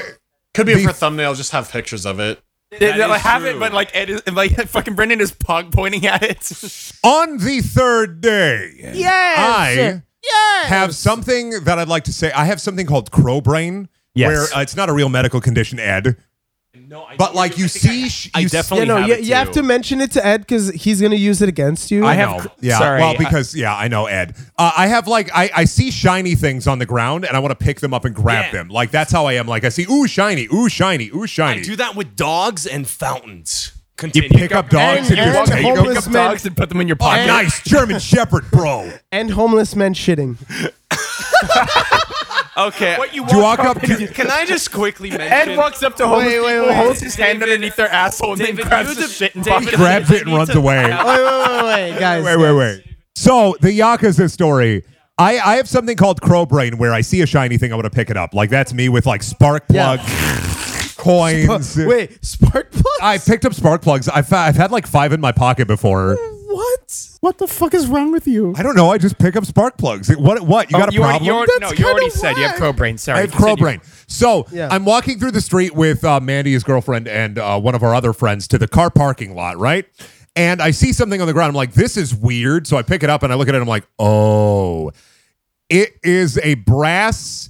Could be Beef. for thumbnail, just have pictures of it. They- they is have true. it, but like Ed is, like fucking Brendan is pog pointing at it. on the third day. Yes. I have something that I'd like to say. I have something called crow brain. Yes. Where uh, it's not a real medical condition, Ed. No, I But like you see, sh- I you definitely yeah, no, have you, it you have too. to mention it to Ed because he's gonna use it against you. I have- No. Yeah. sorry, well, I- because yeah, I know Ed. Uh, I have like I, I see shiny things on the ground and I want to pick them up and grab them. Like that's how I am. Like I see ooh shiny, ooh shiny, ooh I shiny. do that with dogs and fountains. you Continue. pick up dogs and, and you take homeless them. Pick up men- dogs and put them in your Oh, pocket. nice German Shepherd, bro. and homeless men shitting. okay. What you Do you walk walk up? up to Can I just quickly mention? Ed walks up to homeless Wait, wait, people, wait. holds his hand underneath their asshole, and David, then grabs you the de- shit and David- pocket. grabs it and I runs need to- away? wait, wait, wait, wait, guys. wait, wait, wait. So the Yakuza story. I, I have something called crow brain where I see a shiny thing, I want to pick it up. Like that's me with like spark Yeah. plug coins. Wait, spark plugs. I picked up spark plugs. I've, I've had like five in my pocket before. what? What the fuck is wrong with you? I don't know. I just pick up spark plugs. What? What? You got a Oh, you already, problem? you already, no, That's you already kinda said you have whack. crow brain. Sorry, I have crow continue. brain. So Yeah. I'm walking through the street with uh, Mandy, his girlfriend, and uh, one of our other friends to the car parking lot, right? And I see something on the ground. I'm like, this is weird. So I pick it up and I look at it. I'm like, oh, it is a brass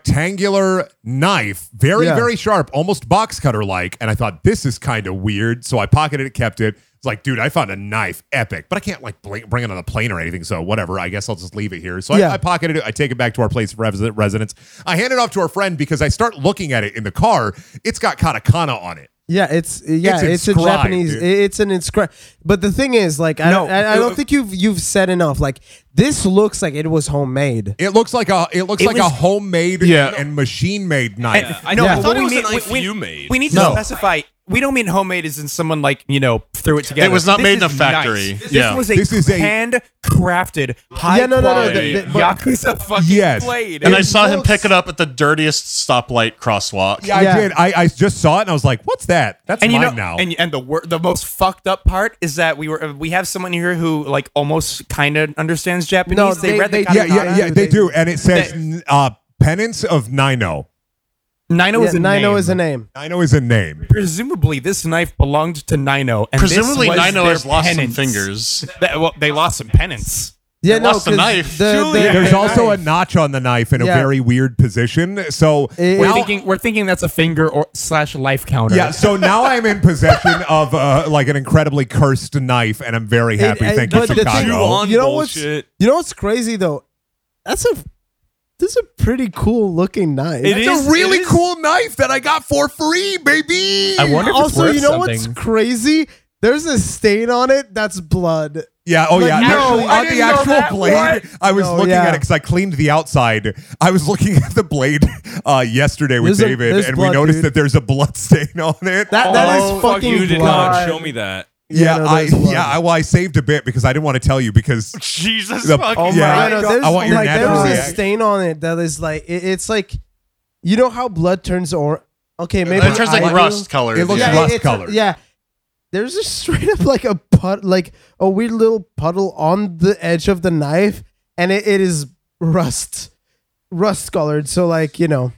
rectangular knife, very, Yeah. very sharp, almost box cutter like. And I thought, this is kind of weird. So I pocketed it, kept it. It's like, dude, I found a knife, epic, but I can't like bl- bring it on a plane or anything. So whatever, I guess I'll just leave it here. So Yeah. I, I pocketed it. I take it back to our place of res- residence. I hand it off to our friend because I start looking at it in the car. It's got katakana on it. Yeah, it's yeah, It's it's, a inscribed, Japanese. dude. uh, It's an inscribed. But the thing is, like, I, No, don't, I, I don't it- think you've you've said enough. Like, this looks like it was homemade. It looks like a it looks It like a was- homemade Yeah. and machine made knife. I know. Yeah. I I thought we it was a need- knife we- you made. We need to No. specify. We don't mean homemade as in someone like you know threw it together. It was not This made in is a factory. nice. This yeah. was a This is a- handcrafted, high Yeah, no, no, no, quality the- the- but- yakuza fucking Yes. blade. and it I saw him looks- pick it up at the dirtiest stoplight crosswalk. yeah, I Yeah. did. I, I just saw it and I was like, "What's that? That's and you mine know, now." and and the wor- the most fucked up part is that we were we have someone here who like almost kind of understands Japanese. No, they, they- read the they- yeah, katakana. yeah, yeah, they do. And it says That- n- uh, penance of Nino. Nino Yeah, is a Nino name. is a name. Nino is a name. Presumably, this knife belonged to Nino, and this Presumably, was Nino their has lost penance. some fingers. That- well, they lost some penance. Yeah, no, lost the 'cause knife. There's also a notch on the knife in a Yeah. very weird position. So It- We're Well- thinking we're thinking that's a finger or slash life counter. yeah, so now I'm in possession of uh, like an incredibly cursed knife, and I'm very happy. It- Thank it- you, but the thing- Chicago. on you know what's bullshit. you know what's crazy though? That's a this is a pretty cool looking knife. It It's is- a really it is- cool knife that I got for free, baby. also, you know what's crazy? There's a stain on it that's blood. Yeah. Oh, Like, yeah. no, Actually, I on didn't the know that. actual blade, What? I was No, looking yeah. at it because I cleaned the outside. I was looking at the blade uh, yesterday with There's a- David, there's and we blood, noticed dude. that there's a blood stain on it. That that is Oh, fuck, fucking you did blood. not show me that. yeah, Yeah, no, I, there's blood. yeah. I, well, I saved a bit because I didn't want to tell you because Jesus The- fucking oh my Yeah, Yeah. I know. God. There's, I want your like, natural there was a reaction. stain on it that is like it, it's like you know how blood turns or okay maybe It turns like I do. rust colored. It looks Yeah, it- rust it's- colored. Yeah, there's a straight up like a put like a weird little puddle on the edge of the knife, and it, it is rust rust colored. So like you know,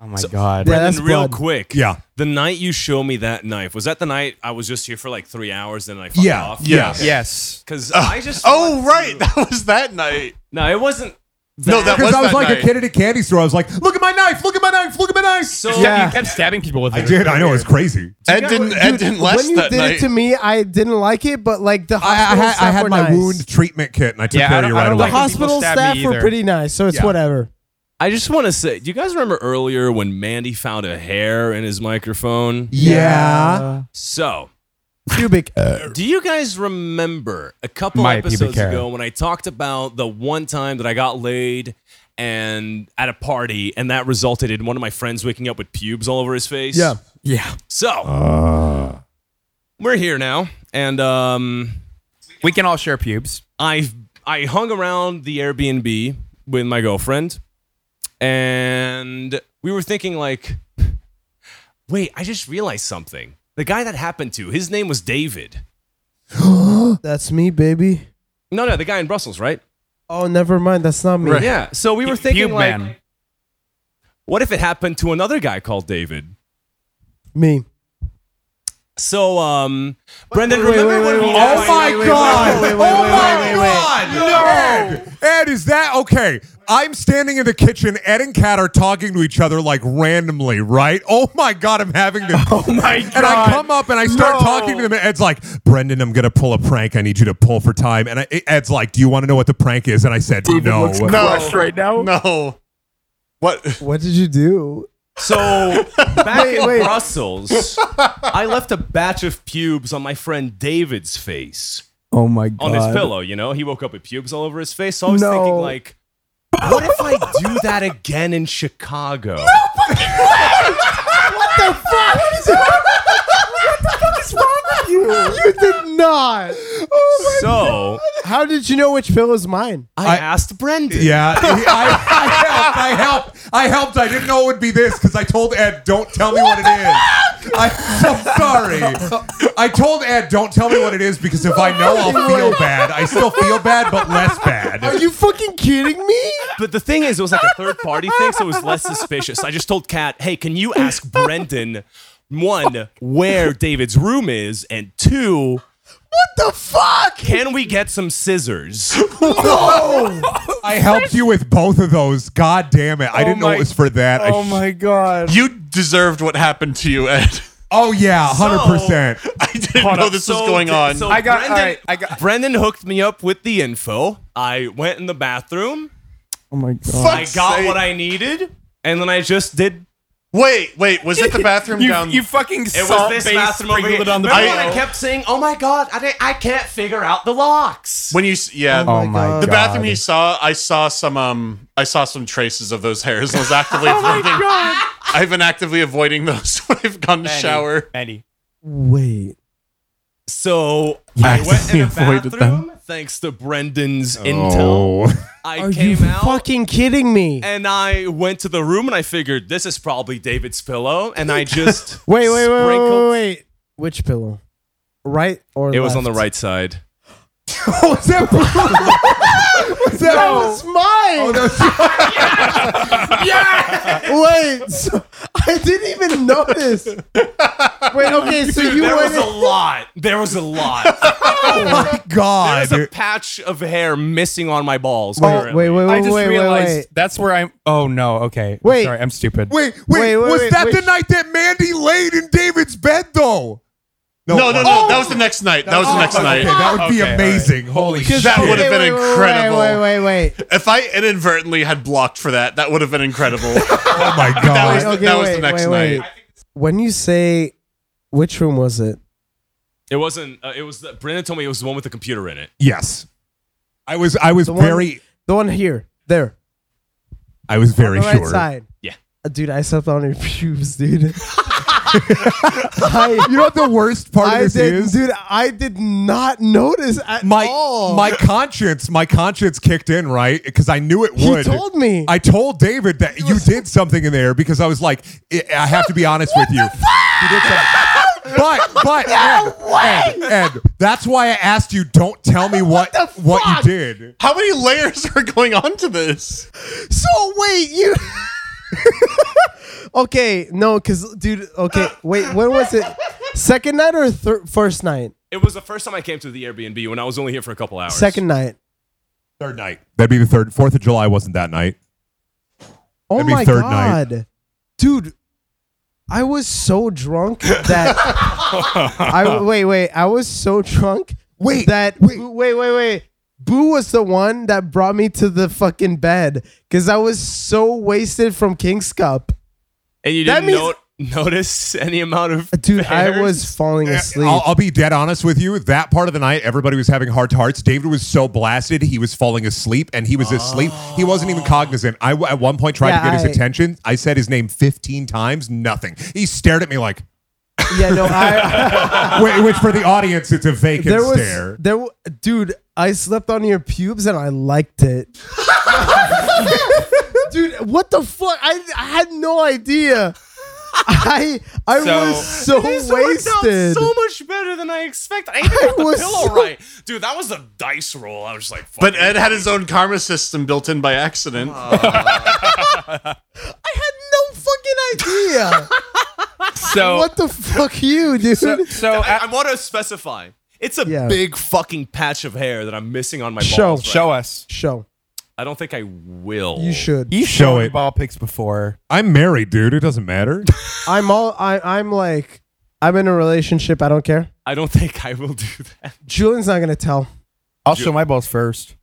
Oh my god. yeah, that's Brendan, real blood. quick. Yeah. The night you show me that knife, was that the night I was just here for like three hours and I fucked Yeah, off? yeah. Yes. Because I just. Oh went right, through- that was that night. No, it wasn't. No, that was because I was that like night. a kid at a candy store. I was like, "Look at my knife! Look at my knife! Look at my knife!" So You Yeah. kept stabbing people with it. I did. I know it's crazy. Ed didn't. Ed Dude, didn't last when you that did night. it to me, I didn't like it, but like the I, I hospital had, I staff had were my nice. wound treatment kit, and I took Yeah, I care of don't- you I right don't The away. like when people hospital stab me staff were either. pretty nice, so it's Yeah. whatever. I just want to say, do you guys remember earlier when Mandy found a hair in his microphone? yeah. So, Cubic. uh, do you guys remember a couple My pubic episodes hair. ago when I talked about the one time that I got laid and at a party and that resulted in one of my friends waking up with pubes all over his face? Yeah. Yeah. So, we're here now and um We can all share pubes. I I hung around the Airbnb with my girlfriend, and we were thinking like, wait, I just realized something. The guy that happened to, his name was David. That's me, baby. No, no, the guy in Brussels, right? Oh, never mind. That's not me. Yeah. So we were Pube thinking like, man. what if it happened to another guy called David? Me. So, um, Brendan, wait, remember wait, when wait, we? wait, Oh my god! wait, wait, oh wait, wait, my wait, wait, god! Ed, Ed, is that okay? I'm standing in the kitchen. Ed and Kat are talking to each other like randomly, right? Oh my god! I'm having this. Oh my god! And I come up and I start talking to them. And Ed's like, "Brendan, I'm gonna pull a prank. I need you to pull for time." And I, Ed's like, "Do you want to know what the prank is?" And I said, "No." no, right now. No. What? What did you do? So back Wait, in wait. Brussels, I left a batch of pubes on my friend David's face. Oh my god. on his pillow. You know, he woke up with pubes all over his face. So I was No. thinking, like, what if I do that again in Chicago? You did not. Oh So How did you know which pill was mine? I, asked Brendan. Yeah, he- I, I helped. I helped. I helped. I didn't know it would be this because I told Ed, "Don't tell me what, it is." I'm so sorry. I told Ed, "Don't tell me what it is," because if I know, I'll feel bad. I still feel bad, but less Are bad. you fucking kidding me? But the thing is, it was like a third party thing, so it was less suspicious. I just told Kat, hey, can you ask Brendan, one, where David's room is, and two, The fuck? can we get some scissors? I helped you with both of those. God damn it! I didn't know my- it was for that. I Oh sh- my god. You deserved what happened to you, Ed. Oh yeah, hundred percent. I didn't know this So was going di- on. So I got- Brendan, alright, I got- Brendan hooked me up with the info. I went in the bathroom. Oh my god. Fuck's I got sake. what I needed, and then I just did Wait, wait, was it the bathroom down? you fucking It was salt this base bathroom over sprinkled here. it on the Remember pillow. when I kept saying, "Oh my god, I, I can't figure out the locks." when you s- yeah. Oh my god. the bathroom you saw, I saw some um, I saw some traces of those hairs and was actively Oh avoiding. I've been actively avoiding those when I've gone to Manny. shower. Eddie. Wait. So I Yes. went in the Avoided them. bathroom thanks to Oh. Brendan's intel. I Are you came out fucking kidding me? and I went to the room and I figured this is probably David's pillow, and I just Wait, wait, wait, wait, wait, sprinkled- wait. Which pillow? Right or It was on the left? right side. was that? was that? was mine. Oh, Wait, so I didn't even notice. Wait, okay, so you There went. was a lot. There was a lot. oh my god! There's a patch of hair missing on my balls. wait, Oh, wait, wait, wait, I just wait, realized wait, that's where I'm. Oh no. Okay. Wait. Sorry, I'm stupid. Wait, wait, Wait, wait, was wait, that the which- night that Mandy laid in David's bed though? Oh, No, no, no. it oh. That was the next night. That was the next wasn't. night. Oh. Okay, that would be Okay, amazing. Holy shit. That wait. would have Wait, been wait, wait, incredible. Wait, wait, wait, wait. If I inadvertently had blocked for that, that would have been incredible. that Oh my was, god. okay, that was wait, the next wait, wait. night. When you say, which room was it? It wasn't. Uh, it was. The, Brendan told me it was the one with the computer in it. yes. I was I was The one- very The one here, there, I was very on the right sure. side. Yeah. Uh, dude, I slept on your pubes, dude. You know what the worst part I of this did, is? dude. I did not notice at my all. my conscience, my conscience kicked in, right? Because I knew it he would. told me. I told David that you did something in there because I was like, I I have to be honest with you. You did something. But but Ed, Ed, Ed, that's why I asked you. Don't tell me what what, you did. How many layers are going on to this? so wait, you. okay, no, cause dude. Okay, wait. When was it? Second night or thir- first night? It was the first time I came to the Airbnb when I was only here for a couple hours. Second night. Third night. That'd be the third. Fourth of July wasn't that night. Oh That'd be my third night. god, dude! I was so drunk that I wait, wait. I was so drunk. Wait, that wait. Boo- wait, wait, wait. Boo was the one that brought me to the fucking bed because I was so wasted from King's Cup, and you That didn't means- no- notice any amount of dude. I hairs? was falling asleep. I'll, I'll be dead honest with you. That part of the night, everybody was having hard hearts. David was so blasted, he was falling asleep, and he was asleep. He wasn't even cognizant. I w- at one point tried Yeah, to get I- his attention. I said his name fifteen times. Nothing. He stared at me like, yeah, no, I. Wh- which for the audience, it's a vacant there was stare. there, w- dude. I slept on your pubes and I liked it. dude, what the fuck? I, I had no idea. I I So- was so This worked out wasted. so much better than I expected. I even got the was pillow so- right, dude. That was a dice roll. I was just like, fuck But it. Ed had his own karma system built in by accident. I had no fucking idea. So what the fuck, you dude? so, so I, at- I want to specify. It's a Yeah. big fucking patch of hair that I'm missing on my Show. balls. right show us. Show I don't think I will. you should. You Show showed it. ball picks before. I'm married, dude. It doesn't matter. I'm all I I'm like I'm in a relationship. I don't care. I don't think I will do that. Julian's not gonna tell. I'll show my balls first.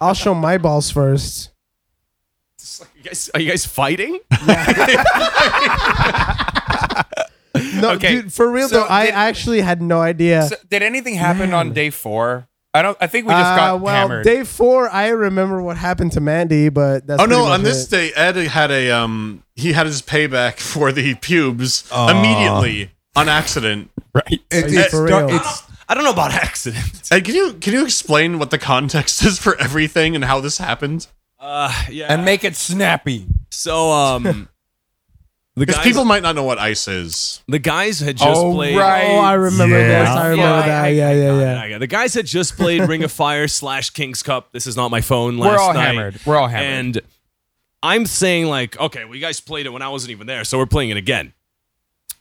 I'll show my balls first. You guys, are you guys fighting? No, Okay, dude, for real so though, I did- actually had no idea. So, did anything happen on day four? I don't. I think we just Uh, got well, hammered. day four, I remember what happened to Mandy, but that's oh no! pretty much On this it. day, Ed had a um. He had his payback for the pubes immediately on accident. It- you it's for dar- real? it's- I don't know about accidents. Ed, can you can you explain what the context is for everything and how this happened? Uh, yeah. and make it snappy. so um, the Because guys, people might not know what ice is. the guys had just Oh, played. right. Oh, I remember Yeah. this. I remember that. yeah, yeah, yeah. I got it. The guys had just played Ring of Fire slash King's Cup. This is not my phone. Last We're all night. hammered. We're all hammered. And I'm saying, like, okay, well, you guys played it when I wasn't even there, so we're playing it again.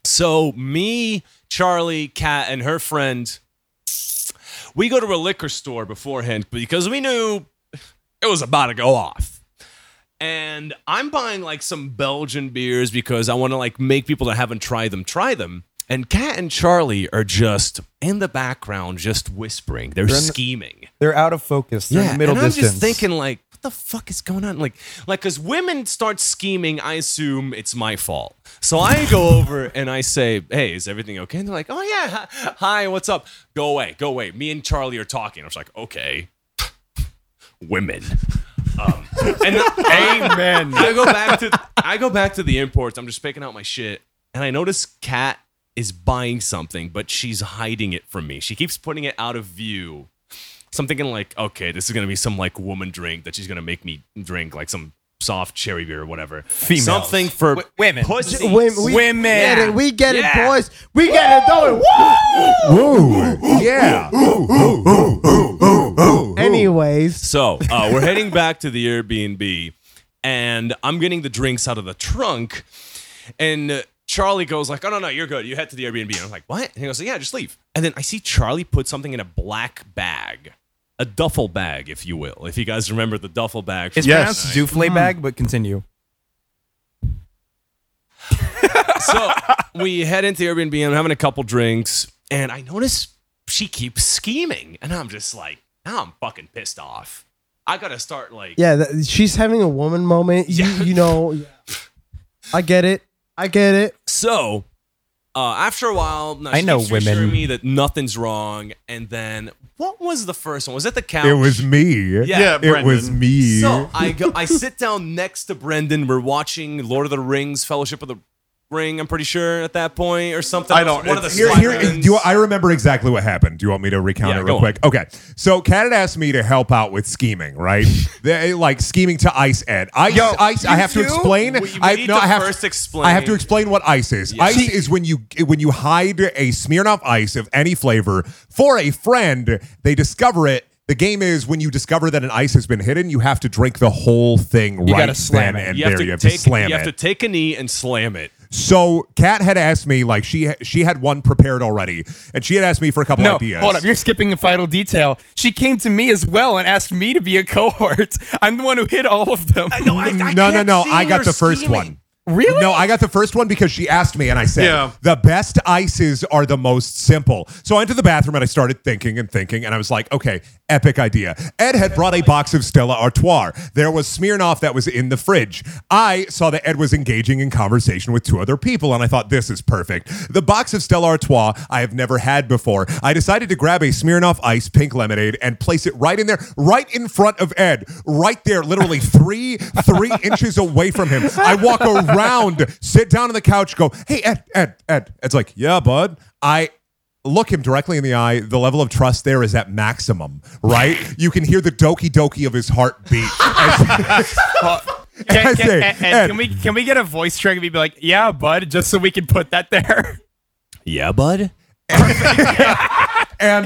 So, me, Charlie, Kat, and her friend, we go to a liquor store beforehand because we knew it was about to go off. And I'm buying like some Belgian beers because I want to like make people that haven't tried them try them. And Kat and Charlie are just in the background, just whispering. They're scheming. They're out of focus. They're in the middle and I'm distance. just thinking like, what the fuck is going on? Like, like because women start scheming, I assume it's my fault. So I go over and I say, hey, is everything okay? And they're like, oh yeah, hi, hi, what's up? Go away, go away. Me and Charlie are talking. I was like, okay, women. Um, and amen. I go back to I go back to the imports. I'm just picking out my shit, and I notice Kat is buying something, but she's hiding it from me. She keeps putting it out of view. So I'm thinking like, okay, this is gonna be some like woman drink that she's gonna make me drink, like some soft cherry beer or whatever. Females. Something for W- women. pussies. Women, we Women. get it. We get Yeah. it, boys. We get it, though. Ooh, yeah. Anyways, So uh, we're heading back to the Airbnb, and I'm getting the drinks out of the trunk, and uh, Charlie goes like, "Oh no, no, you're good. You head to the Airbnb." And I'm like, "What?" And he goes, "Yeah, just leave." And then I see Charlie put something in a black bag, a duffel bag, if you will, if you guys remember the duffel bag. from- It's Yes. pronounced Hmm. Dufle bag, but continue. so we head into the Airbnb. I'm having a couple drinks, and I notice she keeps scheming, and I'm just like, now I'm fucking pissed off. I gotta start like yeah, that, she's having a woman moment. You, Yeah. you know, I get it. I get it. So, uh, after a while, no, I she know keeps reassuring women. me that nothing's wrong. And then, what was the first one? Was it the couch? It was me. Yeah. Yeah, It was Brendan. me. So I go, I sit down next to Brendan. We're watching Lord of the Rings, Fellowship of the Ring. I'm pretty sure at that point or something. I don't- One of the it's- Here, here, Slytherins. do you- I remember exactly what happened. Do you want me to recount Yeah, it go real on. quick? Okay. So Kat had asked me to help out with scheming, right? they, like scheming to ice Ed. Ice, ice I have to explain. We- we I, need no, to I have first explain. I have to explain what ice is. Ice is when you when you hide a Smirnoff ice of any flavor for a friend, they discover it. The game is when you discover that an ice has been hidden, you have to drink the whole thing right gotta slam then it. and You there. have, to you have take, to slam you it. have to take a knee and slam it. So Kat had asked me like she she had one prepared already, and she had asked me for a couple No, ideas. hold up. You're skipping a final detail. She came to me as well and asked me to be a cohort. I'm the one who hit all of them. no, no, no! I got the first one. Really? No, I got the first one because she asked me, and I said, Yeah. "The best ices are the most simple." So I went to the bathroom and I started thinking and thinking, and I was like, "Okay, epic idea." Ed had brought a box of Stella Artois. There was Smirnoff that was in the fridge. I saw that Ed was engaging in conversation with two other people, and I thought, "This is perfect." The box of Stella Artois I have never had before. I decided to grab a Smirnoff Ice pink lemonade and place it right in there, right in front of Ed, right there, literally three three inches away from him. I walk around, sit down on the couch, go, "Hey, Ed, Ed, Ed." Ed's like, "Yeah, bud." I look him directly in the eye. The level of trust there is at maximum, right? You can hear the doki doki of his heartbeat. As- I Can, can, say, and- and Ed. can we can we get a voice track and be like, yeah, bud, just so we can put that there? Yeah, bud. and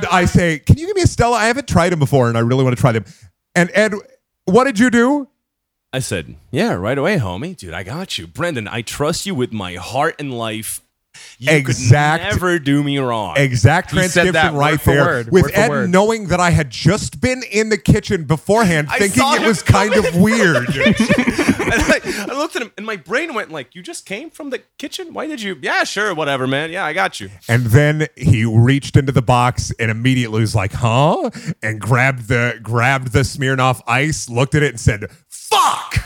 I say, "Can you give me a Stella? I haven't tried them before, and I really want to try them." And Ed, what did you do? I said, Yeah, right away, homie. Dude, I got you. Brendan, I trust you with my heart and life. You Exact- could never do me wrong. Exact He said transcription that word right for there. word, with word for Ed word. knowing that I had just been in the kitchen beforehand, I thinking saw it him was kind of weird. And I, I looked at him and my brain went like, You just came from the kitchen? Why did you Yeah, sure, whatever, man. Yeah, I got you. and then he reached into the box and immediately was like, "Huh?" and grabbed the grabbed the Smirnoff ice, looked at it, and said, "Fuck."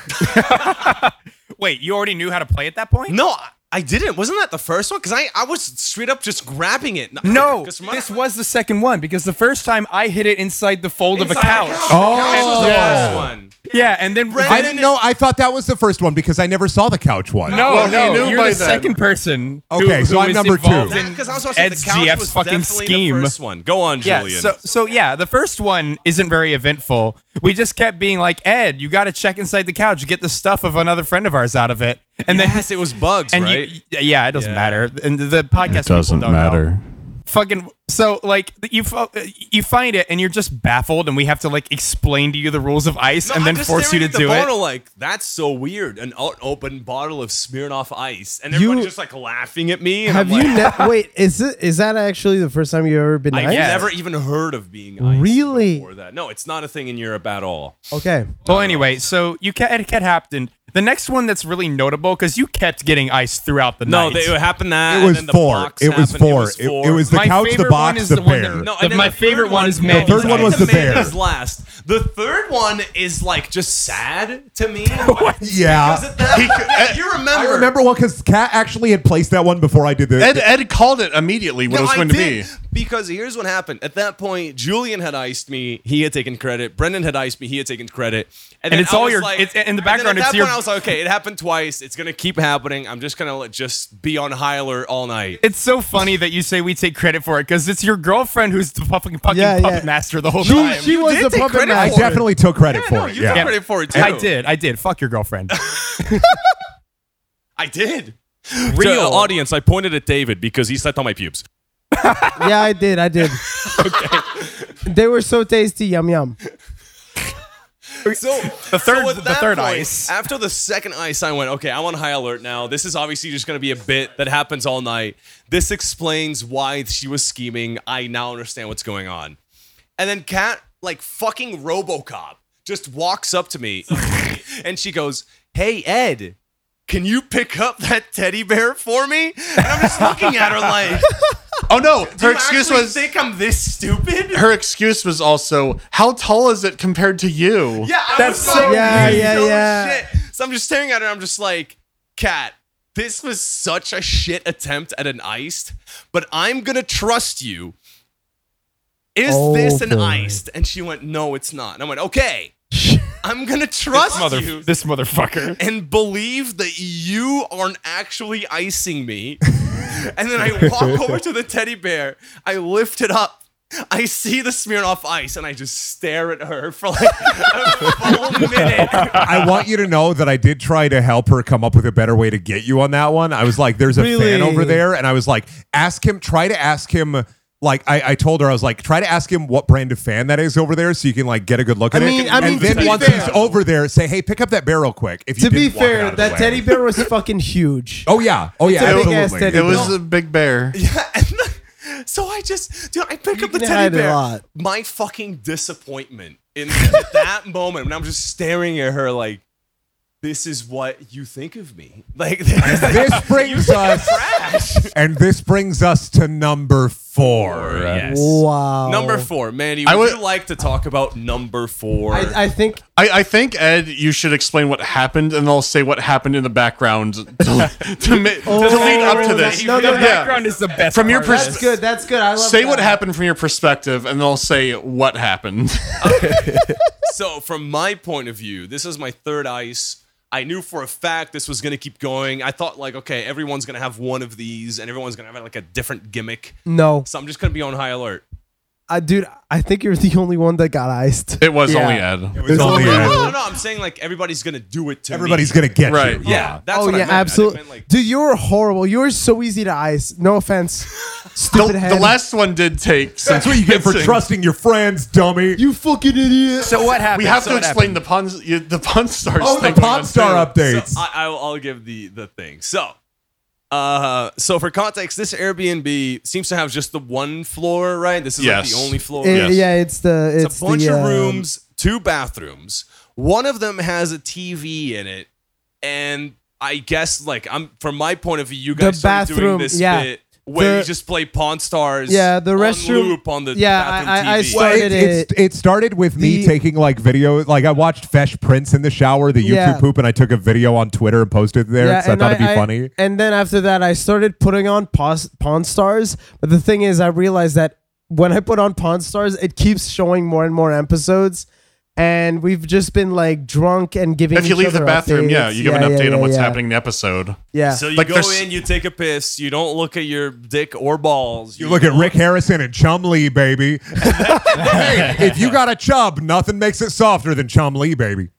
Wait, you already knew how to play at that point? No, I- I didn't. Wasn't that the first one? Because I, I was straight up just grabbing it. No, 'Cause my- this was the second one because the first time I hit it inside the fold of a Inside the couch. Oh. This was the Yeah. first one. Yeah, and then I didn't know. I thought that was the first one because I never saw the couch one. No, Well, he no, knew you're by the then. second person. who- Okay, so who I'm is number two. involved in Because I was watching the Ed's couch GF's was fucking definitely scheme. the first one. Go on, Yeah, Julian. so so yeah, the first one isn't very eventful. We just kept being like, Ed, you got to check inside the couch, get the stuff of another friend of ours out of it, and yes, it was bugs, then and right? you, yeah, it doesn't Yeah. matter. And the- the podcast people don't know. Fucking so like you fo- you find it and you're just baffled, and we have to like explain to you the rules of ice No, and I'm then just force you staring to at the do it. bottle Like that's so weird. An o- open bottle of Smirnoff Ice, and everybody's You- just like laughing at me. And Have I'm you? Like, Ne- wait, is it? Is that actually the first time you've ever been? I've nice? never even heard of being iced Really? before that. No, it's not a thing in Europe at all. Okay. Well, anyway, so you ca- Ed Cat Hampton The next one that's really notable because you kept getting ice throughout the No, night. they, it happened that. It and was then the four. box It was happened, four. It- It was the My couch, the favorite one box, is the the one that- bear. No, and The- then my the favorite third one is Mandy's The third one ice. was the bear. Mandy's last. The third one is like just sad to me. Yeah. Because at that- yeah, you I remember? remember one because Kat actually had placed that one before I did the. Ed, Ed called it immediately what No, it was I going did, to be. Because here's what happened. At that point, Julian had iced me. He had taken credit. Brendan had iced me. He had taken credit. And then it's I all was your- it's- in the background, And then at it's that your- point, I was like, okay, it happened twice. It's gonna keep happening. I'm just gonna let, just be on high alert all night. It's so funny that you say we take credit for it because it's your girlfriend who's the fucking fucking Yeah, puppet yeah. master the whole She, time. she was did the take puppet credit I master. for it. definitely took credit for no, it. you yeah. took credit for it too. I did. I did. Fuck your girlfriend. I did. Real audience, I pointed at David because he slept on my pubes. Yeah, I did. I did. They were so tasty. Yum yum. So the third- the third ice. After the second ice, I went, okay, I'm on high alert now. This is obviously just going to be a bit that happens all night. This explains why she was scheming. I now understand what's going on. And then Kat, like fucking RoboCop, just walks up to me, and she goes, "Hey Ed." Can you pick up that teddy bear for me? And I'm just looking at her like, Oh no, do her you excuse actually was think I'm this stupid? her excuse was also how tall is it compared to you? Yeah, I That's so- was so Yeah, confused. yeah, Oh, yeah. Shit. So I'm just staring at her. I'm just like, Cat, this was such a shit attempt at an iced, but I'm gonna trust you. Is Oh, this an boy. iced? And she went, No, it's not. And I went, Okay, I'm gonna trust you this motherfucker. and believe that you aren't actually icing me. and then I walk over to the teddy bear. I lift it up. I see the smear off ice and I just stare at her for like a full minute. I want you to know that I did try to help her come up with a better way to get you on that one. I was like, there's a Really? fan over there. And I was like, ask him, try to ask him. Like I, I told her, I was like, try to ask him what brand of fan that is over there, so you can like get a good look I at mean- it. I mean, and to then be once fair- he's over there, say, hey, pick up that barrel quick. If you To be didn't walk it out fair, of the that way. teddy bear was fucking huge. Oh yeah, oh yeah, It's a big-ass absolutely. teddy It was No. a big bear. yeah, and the- so I just, dude, I pick You up the can teddy hide a bear. lot. My fucking disappointment in at that moment when I'm just staring at her like, this is what you think of me. Like, This brings us, and this brings us to number four. yes. Wow. Oh, Number four, Mandy. Would I would- you like to talk about number four? I, I think I, I think Ed, you should explain what happened, and I'll say what happened in the background to, to, ma- to lead up to this. No, no, the no. background is the best. From your part of pers- this. that's good. That's good. I love. Say what that. happened from your perspective, and then I'll say what happened. so, from my point of view, this is my third ice. I knew for a fact this was going to keep going. I thought, like, okay, everyone's going to have one of these and everyone's going to have like a different gimmick. No, So, I'm just going to be on high alert. I, dude, I think you're the only one that got iced. It was Yeah. Oh, only Ed. It's only- No, no, no, no. I'm saying, like, everybody's going to do it to Everybody's me. gonna get Right. you. Yeah. That's oh what yeah, I meant. I absolutely, didn't mean, like, dude. You were horrible. You were so easy to ice. No offense, The, stupid head. the last one did take. Some That's what you get for convincing. trusting your friends, dummy. you fucking idiot. So what happened? We have So to what explain the pun. you- The pun stars. oh, the thing going pop on, star too. updates. So I, I'll, I'll give the the thing. So, uh, so for context, this Airbnb seems to have just the one floor, right? This is Yes. like the only floor. It- Yeah, it's the it's, It's, a bunch the, of um, rooms, two bathrooms. One of them has a TV in it, and I guess like I'm from my point of view, you The guys started doing bathroom, this yeah. bit where The- you just play Pawn Stars. Yeah, the on restroom- loop on the yeah, bathroom I- I- I TV. saw- Well, it, started it's- it- it started with me the- taking like video. Like I watched Fesh Prince in the shower, the YouTube Yeah. poop, and I took a video on Twitter and posted it there. Yeah, so I and thought it'd be I- funny. And then after that, I started putting on pos- Pawn Stars. But the thing is, I realized that when I put on Pawn Stars, it keeps showing more and more episodes. And we've just been like drunk and giving. If you each leave the other bathroom, updates. yeah, you give an Yeah, yeah, update yeah, on what's yeah. happening in the episode. Yeah. So you Like go there's- in, you take a piss, you don't look at your dick or balls. You look at Rick Harrison and Chum Lee, baby. hey, if you got a chub, nothing makes it softer than Chum Lee, baby.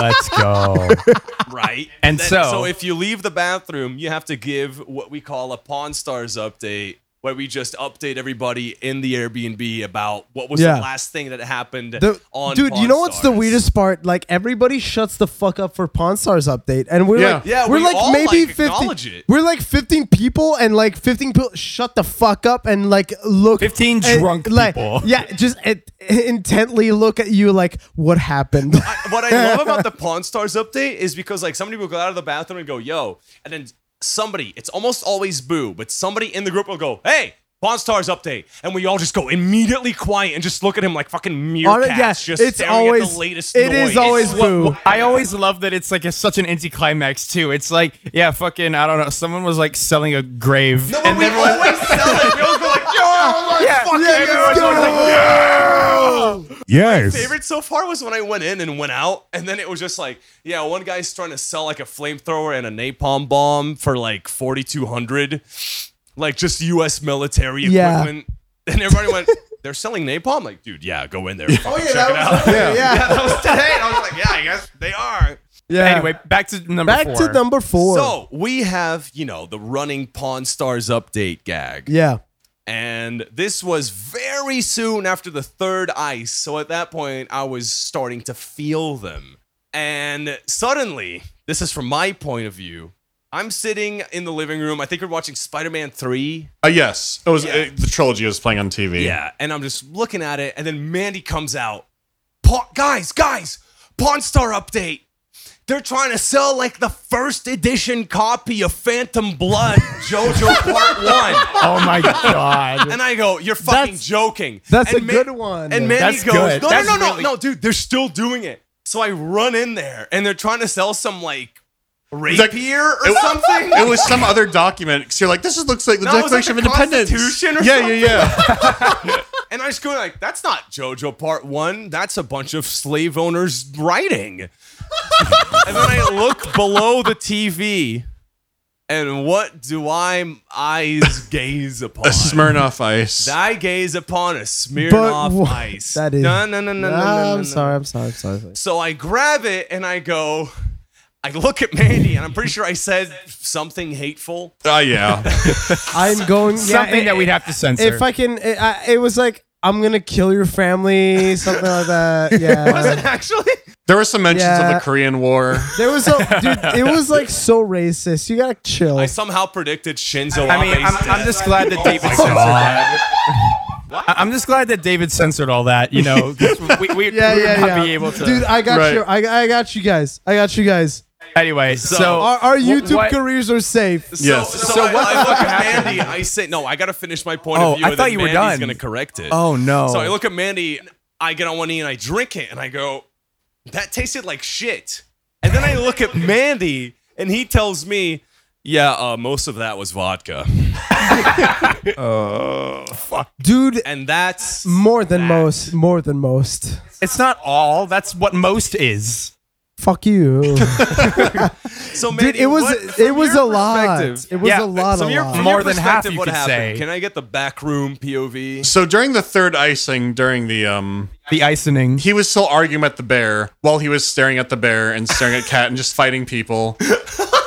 Let's go. right, And so- so if you leave the bathroom, you have to give what we call a Pawn Stars update where we just update everybody in the Airbnb about what was Yeah. the last thing that happened The- on dude, you know what's the Pawn Stars. weirdest part? Like everybody shuts the fuck up for Pawn Stars update, and we're Yeah. like, Yeah, we're we like all, maybe like, acknowledge fifteen. it. We're like fifteen people, and like fifteen people shut the fuck up and like look 15 and, drunk like, people. Yeah, just it, intently look at you like what happened. what I love about the Pawn Stars update is because like somebody will go out of the bathroom and go, yo, and then somebody, it's almost always Boo, but somebody in the group will go, hey, Pawn Stars update, and we all just go immediately quiet and just look at him like fucking meerkats, Honest- yeah, just it's staring always at the latest. it noise. is always boo. I always love that it's like a, such an anticlimax too. It's like, yeah, fucking, I don't know. Someone was like selling a grave. No, but we always sell it. We always go like, yo, my fucking let's Yes. favorite so far was when I went in and went out, and then it was just like, yeah, one guy's trying to sell like a flamethrower and a napalm bomb for like forty two hundred, like just U.S. military Yeah. equipment, and everybody went. They're selling napalm, like, dude. Yeah, go in there. Oh yeah, check it out. yeah, yeah. that was today. And I was like, yeah, I guess they are. Anyway, back to number back four. to number four. So we have, you know, the running Pawn Stars update gag. yeah, And this was very soon after the third ice. So at that point, I was starting to feel them. And suddenly, this is from my point of view. I'm sitting in the living room. I think we're watching Spider Man 3. Uh, yes, it was uh, the trilogy was playing on TV. Yeah. And I'm just looking at it. And then Mandy comes out. Pa- guys, guys, Pawn Star update. They're trying to sell like the first edition copy of Phantom Blood JoJo Part 1. Oh my god. And I go, "You're fucking joking." that's and a good one. And Mandy That's goes, good. "No, That's no, no, really- no, no, dude, they're still doing it." So I run in there, and they're trying to sell some like like- rapier or It, something. it was some other document because you're like, this is, looks like the No, it was like Declaration the of Independence. Constitution or yeah, yeah, yeah. and I just go like, "That's not JoJo Part One. That's a bunch of slave owners writing." and then I look below the TV, and what do I eyes gaze upon? A Smirnoff Ice. I gaze upon a smeared But off what- ice. that is- no, no, no, no, no, no, no, no. Ah, I'm sorry. I'm sorry. I'm sorry. I'm sorry. So I grab it and I go, I look at Mandy and I'm pretty sure I said something hateful. Oh yeah. I'm going Something yeah, that we'd have to censor. if I can, it, I, it was like I'm gonna kill your family, something like that. Was it Yeah, actually? There were some mentions of Yeah. the Korean War. there was a dude. It was like so racist. You gotta chill. I somehow predicted Shinzo I mean, I'm, Abe's I'm death. just glad that David censored that. I- I'm just glad that David censored all that. You know, 'cause we, we, we yeah, would yeah, not yeah. be able to. Dude, I got Right. you. I, I got you guys. I got you guys. anyway, so, Our, our wh- YouTube what- careers are safe. So, Yes. so, I, I look at Mandy. I say, no, I got to finish my point Oh, of view. I and thought then you were done. Mandy's going to correct it. Oh no! So I look at Mandy. and I get on one knee and I drink it and I go, that tasted like shit. And then I look at Mandy and he tells me, yeah, uh, most of that was vodka. Dude, And that's more than most. More than most. it's not all. That's what most is. Fuck you. so. Mandy, Dude, it was what- from it was a your lot. perspective- It was Yeah, a lot a From your, lot. from More your than half, perspective, you what could say. happened? Can I get the back room POV? So during the third icing, during the um, The isoning. he was still arguing at the bear while he was staring at the bear and staring at cat and just fighting people.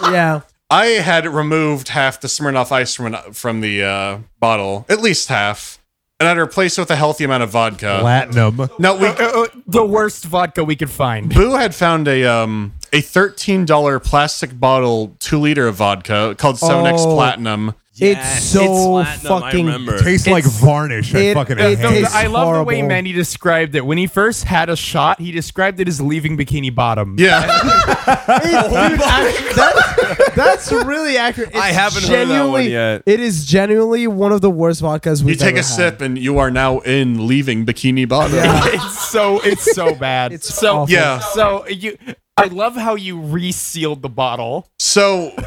yeah. I had removed half the Smirnoff ice from an, from the uh, bottle, at least half, and I'd replaced it with a healthy amount of vodka. Platinum. No, we uh. The worst vodka we could find. Boo had found a um a thirteen dollar plastic bottle, two liter of vodka called Seven X Oh. Platinum. It's so fucking I remember. Tastes like varnish. I it- fucking it hate tastes- it. I love the way horrible. Mandy described it. When he first had a shot, he described it as leaving Bikini Bottom. Yeah, Dude, I- that's, that's really accurate. It's I haven't heard that genuinely, one yet. It is genuinely one of the worst vodkas we've you take ever a had. sip and you are now in leaving Bikini Bottom. it's so it's so bad. It's so awful. Yeah. So you, I love how you resealed the bottle. So I-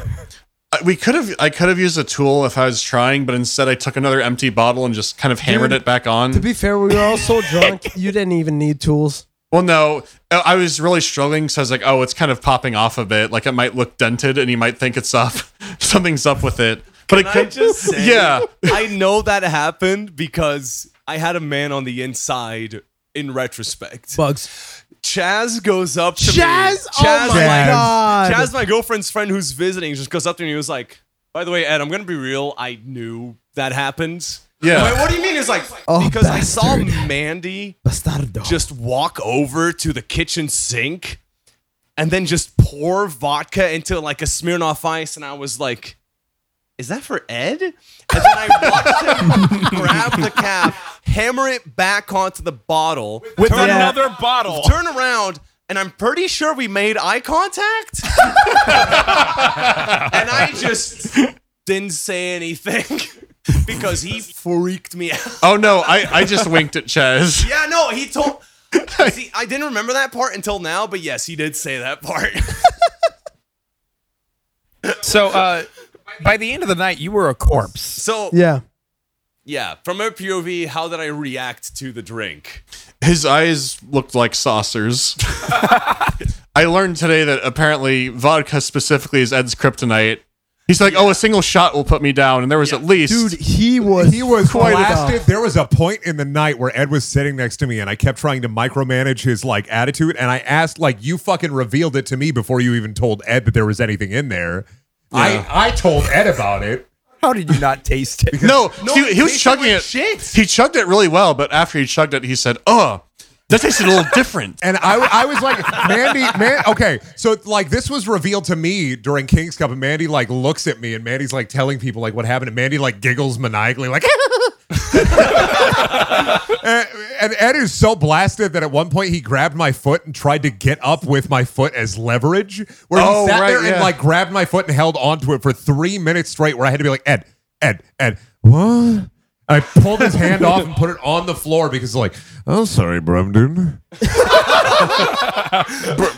we could have I could have used a tool if I was trying, but instead I took another empty bottle and just kind of hammered Dude, it back on. To be fair, we were all so drunk, you didn't even need tools. well, no, uh, I I was really struggling, so I was like, oh, it's kind of popping off a bit. Like it might look dented, and you might think it's up. Something's up with it. But it Can I could, just say, yeah. I know that happened because I had a man on the inside. In retrospect, Bugs. Chaz goes up to Chaz? me. Oh my God. Chaz, my girlfriend's friend who's visiting, just goes up to me. and He was like, "By the way, Ed, I'm gonna be real. I knew that happens. Yeah. Wait, what do you mean? It's like Oh, because I saw bastard. Mandy Bastardo. just walk over to the kitchen sink and then just pour vodka into like a Smirnoff Ice, and I was like, "Is that for Ed?" And then I watched him grab the cap, hammer it back onto the bottle, With turn, another bottle. turn around. And I'm pretty sure we made eye contact. and I just didn't say anything because he freaked me out. Oh no, I, I just winked at Chaz. Yeah, no, he told. See, I didn't remember that part until now, but yes, he did say that part. So uh, by the end of the night, you were a corpse. so, yeah. Yeah. from a POV, how did I react to the drink? His eyes looked like saucers. I learned today that apparently vodka specifically is Ed's kryptonite. He's like, oh, a single shot will put me down, and there was at least Dude, he was He was quite blasted. There was a point in the night where Ed was sitting next to me, and I kept trying to micromanage his like attitude. And I asked, like, you fucking revealed it to me before you even told Ed that there was anything in there. I I told Ed about it. How did you not taste it? No, he, he was tasted chugging like it. shit. He chugged it really well, but after he chugged it, he said, "Oh, that tasted a little different." And I, I was like, Mandy, man, okay. So like this was revealed to me during King's Cup, and Mandy like looks at me, and Mandy's like telling people like what happened, and Mandy like giggles maniacally, like. and, and Ed is so blasted that at one point he grabbed my foot and tried to get up with my foot as leverage, where he Oh, sat right, there and yeah. like grabbed my foot and held onto it for three minutes straight, where I had to be like, Ed, Ed, Ed, what? I pulled his hand off and put it on the floor because like, oh sorry, Bremden. Bre-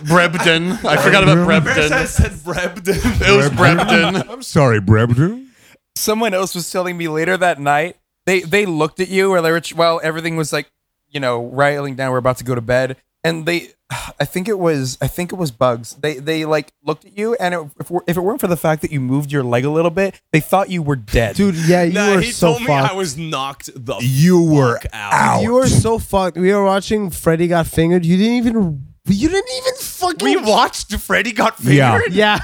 Brebden, I forgot about I Brebden. said Brebden. It was Brebden. I'm sorry, Bremden. Someone else was telling me later that night. They they looked at you while they were while everything was like you know rattling down. We're about to go to bed, and they. I think it was I think it was bugs. They they like looked at you, and it, if, we're- if it weren't for the fact that you moved your leg a little bit, they thought you were dead. Dude, yeah, you Nah, were he so told me I fucked. was knocked the You were fuck out. out. You were so fucked. We were watching Freddy Got Fingered. You didn't even. You didn't even fucking. We watched Freddy got fingered. Yeah. yeah.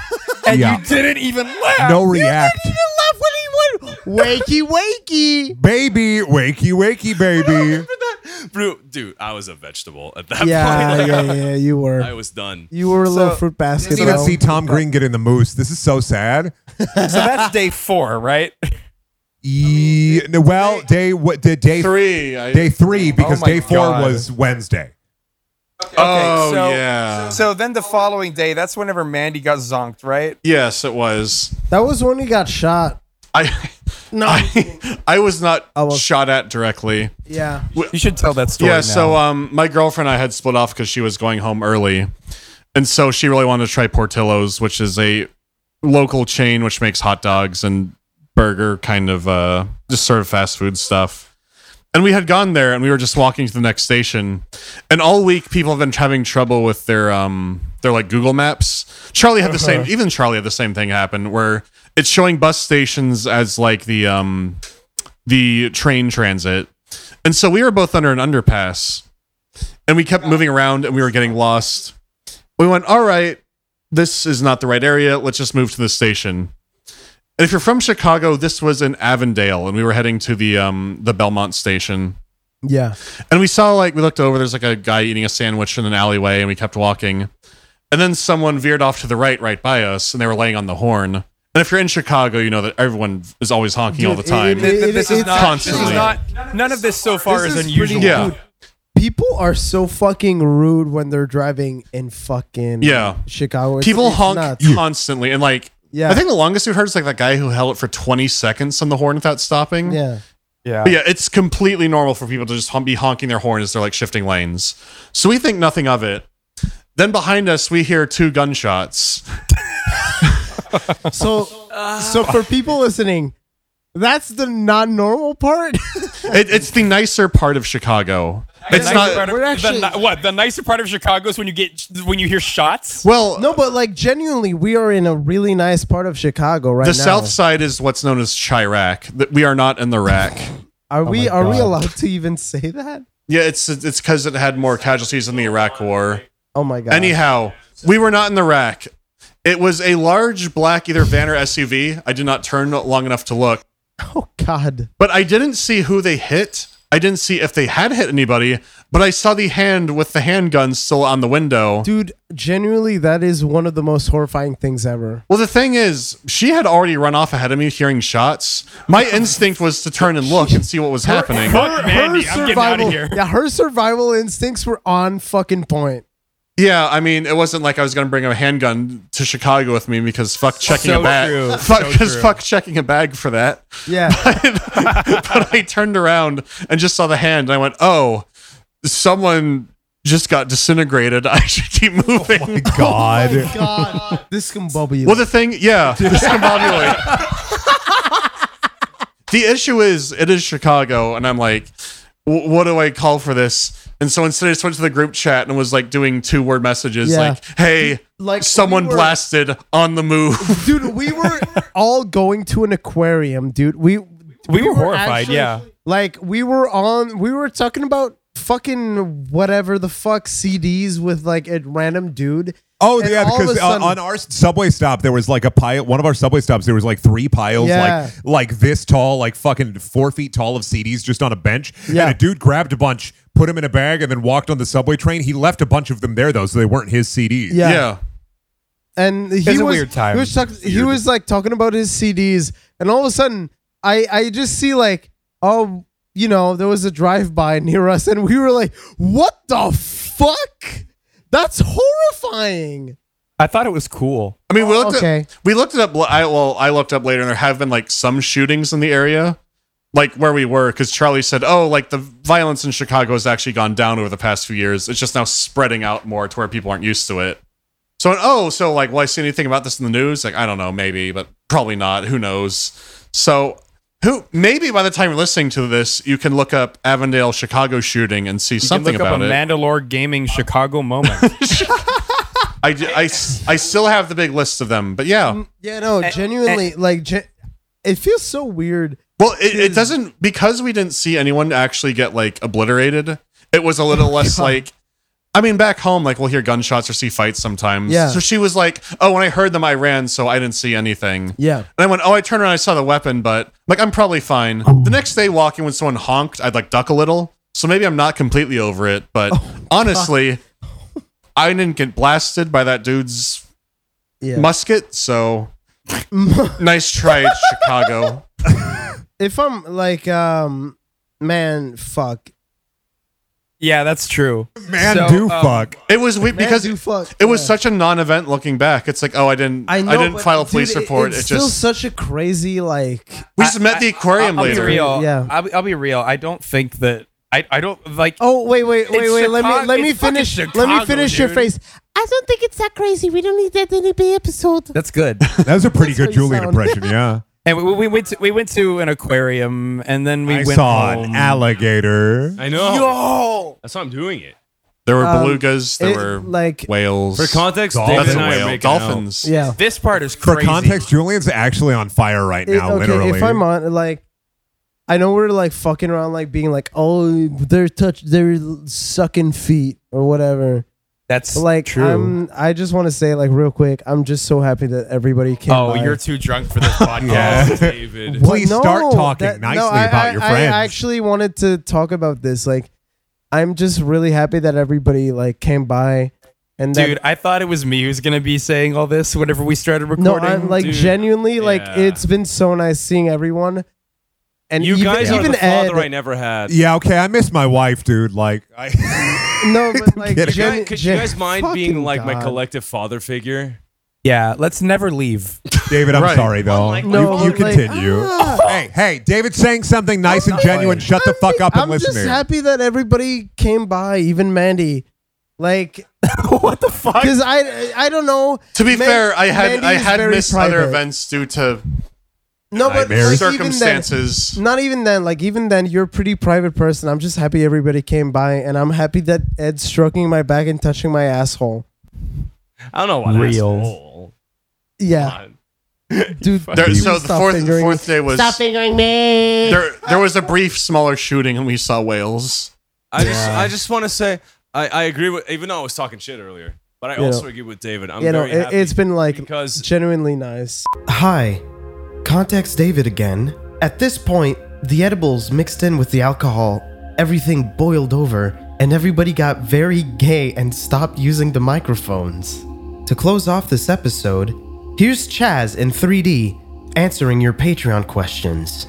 and yeah. you didn't even laugh. No react. You didn't laugh when he went. Wakey, wakey. Baby, wakey, wakey, baby. Bru- Dude, I was a vegetable at that Yeah, point. Like, yeah, yeah. You were. I was done. You were a little So- fruit basket. Didn't even though. see Tom Green get in the moose. This is so sad. So that's day four, right? E- no, well, day what? Did day Three. Oh I, day three because my day four God. was Wednesday. oh so- yeah. So then the following day, that's whenever Mandy got zonked, right? yes, it was. That was when he got shot. I No. I, I was not I was- shot at directly. yeah. You should tell that story. yeah, now. so um, my girlfriend and I had split off because she was going home early, and so she really wanted to try Portillo's, which is a local chain which makes hot dogs and burger kind of uh, just sort of fast food stuff. And we had gone there, and we were just walking to the next station, and all week people have been having trouble with their um their like Google Maps. Charlie had the same, Uh-huh. even Charlie had the same thing happen where it's showing bus stations as like the um the train transit. And so we were both under an underpass and we kept moving around and we were getting lost. We went, all right, this is not the right area. Let's just move to the station. And if you're from Chicago, this was in Avondale and we were heading to the um, the Belmont station. Yeah. And we saw like we looked over. There's like a guy eating a sandwich in an alleyway, and we kept walking. And then someone veered off to the right, right by us, and they were laying on the horn. And if you're in Chicago, you know that everyone is always honking all the Dude, time. it- Th- th- it- this it- is it's- not Constantly. This is not. None of this so far This is, is unusual. pretty- yeah, dude. People are so fucking rude when they're driving in fucking Yeah. Chicago. It's- people it's honk nuts. constantly, and like Yeah. I think the longest we've heard is like that guy who held it for 20 seconds on the horn without stopping. Yeah. But yeah, it's completely normal for people to just hon- be honking their horn as they're like shifting lanes. So we think nothing of it. Then behind us, we hear two gunshots. So so for people listening, that's the non-normal part. It, it's the nicer part of Chicago. It's The not. nicer part of- We're the actually- ni- what the nicer part of Chicago is when you get when you hear shots. Well, no, but like genuinely, we are in a really nice part of Chicago right the now. south side is what's known as Chirac. That we are not in the rack. Are we my are we God. allowed to even say that? yeah, it's it's because it had more casualties in the Iraq War. Oh my Uh, god. Anyhow, we were not in the rack. It was a large black either van or SUV. I did not turn long enough to look. Oh God. But I didn't see who they hit. I didn't see if they had hit anybody, but I saw the hand with the handgun still on the window. Dude, genuinely, that is one of the most horrifying things ever. Well, the thing is, she had already run off ahead of me hearing shots. My instinct was to turn and look and see what was happening. Fuck Mandy, I'm getting out survival, of here. yeah, her survival instincts were on fucking point. Yeah, I mean, it wasn't like I was going to bring a handgun to Chicago with me because fuck checking So a bag. true, Fuck, so 'cause true. fuck checking a bag for that. Yeah, but I turned around and just saw the hand, and I went, "Oh, someone just got disintegrated. I should keep moving." Oh God. God, this discombobulated. Well, the thing, yeah, discombobulate. the issue is, it is Chicago, and I'm like, "W- what do I call for this? And so instead, I just went to the group chat and was like doing two word messages, Yeah. like, "Hey, Like, someone we were- blasted on the move." dude, we were all going to an aquarium, dude. We We were horrified, actually- yeah. Like we were on, we were talking about fucking whatever the fuck CDs with like a random dude. Oh And yeah, all of because a uh, sudden- on our subway stop there was like a pile. One of our subway stops there was like three piles, Yeah. like like this tall, like fucking four feet tall of CDs just on a bench. Yeah. And a dude grabbed a bunch, put them in a bag, and then walked on the subway train. He left a bunch of them there though, so they weren't his CDs. Yeah. yeah. and he was, was a weird time. He was, talk- he was like talking about his CDs, and all of a sudden, I I just see like oh you know there was a drive by near us, and we were like, what the fuck? That's horrifying. I thought it was cool. I mean, we looked okay. at, we looked it up. I, well, I looked up later, and there have been like some shootings in the area, like where we were, because Charlie said, "Oh, like the violence in Chicago has actually gone down over the past few years. It's just now spreading out more to where people aren't used to it." So, oh, so like, will I see anything about this in the news? Like, I don't know, maybe, but probably not. Who knows? So, who maybe by the time you're listening to this, you can look up Avondale Chicago shooting and see something you can look about up it. a Mandalore Gaming Chicago moment. I, d- I s- I still have the big list of them, but yeah. Yeah, no, genuinely, like ge- it feels so weird. Well, it, it doesn't because we didn't see anyone actually get like obliterated. It was a little less like. I mean, back home, like we'll hear gunshots or see fights sometimes. Yeah. So she was like, "Oh, when I heard them, I ran, so I didn't see anything." Yeah, And I went, "Oh, I turned around, I saw the weapon, but like I'm probably fine." The next day, walking when someone honked, I'd like duck a little. So maybe I'm not completely over it, but Oh, honestly, I didn't get blasted by that dude's yeah. musket. So nice try, Chicago. if I'm like, um, man, fuck, yeah, that's true. Man, So, do um, fuck. It was weird man, because do fuck. It was yeah. such a non-event looking back. It's like, oh, I didn't, I, didn't but, file a dude, police it- report. It, It's still just such a crazy like. we just met the aquarium I'll later. Be real. Yeah. I'll, be- I'll be real. I don't think that I, I don't like Oh wait, wait, wait, It's wait. let Chicago- me let me it's fucking finish. let me Chicago, finish your dude. phrase. I don't think it's that crazy. We don't need that in every episode. that's good. That was a pretty That's good how you Julian sound. impression. Yeah, and we, we went to we went to an aquarium and then we I went saw home. Oh. an alligator. I know. Yo! That's why I'm doing it. There were Um, belugas. There it- were like- whales. For context, Dolphins. David That's and I a are whale. making out. Dolphins. Yeah. Oh. This part is For crazy. context, Julian's actually on fire right It- now, literally. If I'm on, like, I know we're like fucking around, like being like, oh, they're touch, they're sucking feet or whatever. that's But, like, true. I'm, I just want to say, like, real quick, I'm just so happy that everybody came. oh, by. you're too drunk for this podcast. David. What? Please start talking nicely I- about I- your I friends. actually wanted to talk about this. Like, I'm just really happy that everybody like came by, and that, Dude, I thought it was me who's gonna be saying all this whenever we started no, recording. I'm like dude. genuinely like Yeah. it's been so nice seeing everyone. And You even, guys are even the Ed, father I never had. yeah, okay. I miss my wife, dude. Like, I. no, but like, Could you Could you genu- guys- could you gen- guys mind being fucking like my God. collective father figure? yeah, let's never leave. David, I'm Right. sorry though. Unlike- You- No, you, like- continue. Ah. hey, hey, David's saying something nice and genuine. Shut the fuck up and I'm listen just to him. happy that everybody came by, even Mandy. Like, what the fuck? because I, I don't know. To be Ma- fair, I had Mandy I is had very missed other private. events due to No, but Nightmares. like, Even circumstances. then, not even then. Like even then, you're a pretty private person. I'm just happy everybody came by, and I'm happy that Ed's stroking my back and touching my asshole. I don't know what Real. asshole. Yeah, dude. There, please so the stop fourth fingering fourth day was fingering me. there. There was a brief smaller shooting, and we saw whales. I just I just want to say I, I agree with even though I was talking shit earlier, but I You also know. agree with David. I'm me. You know, very it, happy it's been like because genuinely nice. Hi, contacts David again. At this point, the edibles mixed in with the alcohol, everything boiled over, and everybody got very gay and stopped using the microphones. To close off this episode, here's Chaz in 3D answering your Patreon questions.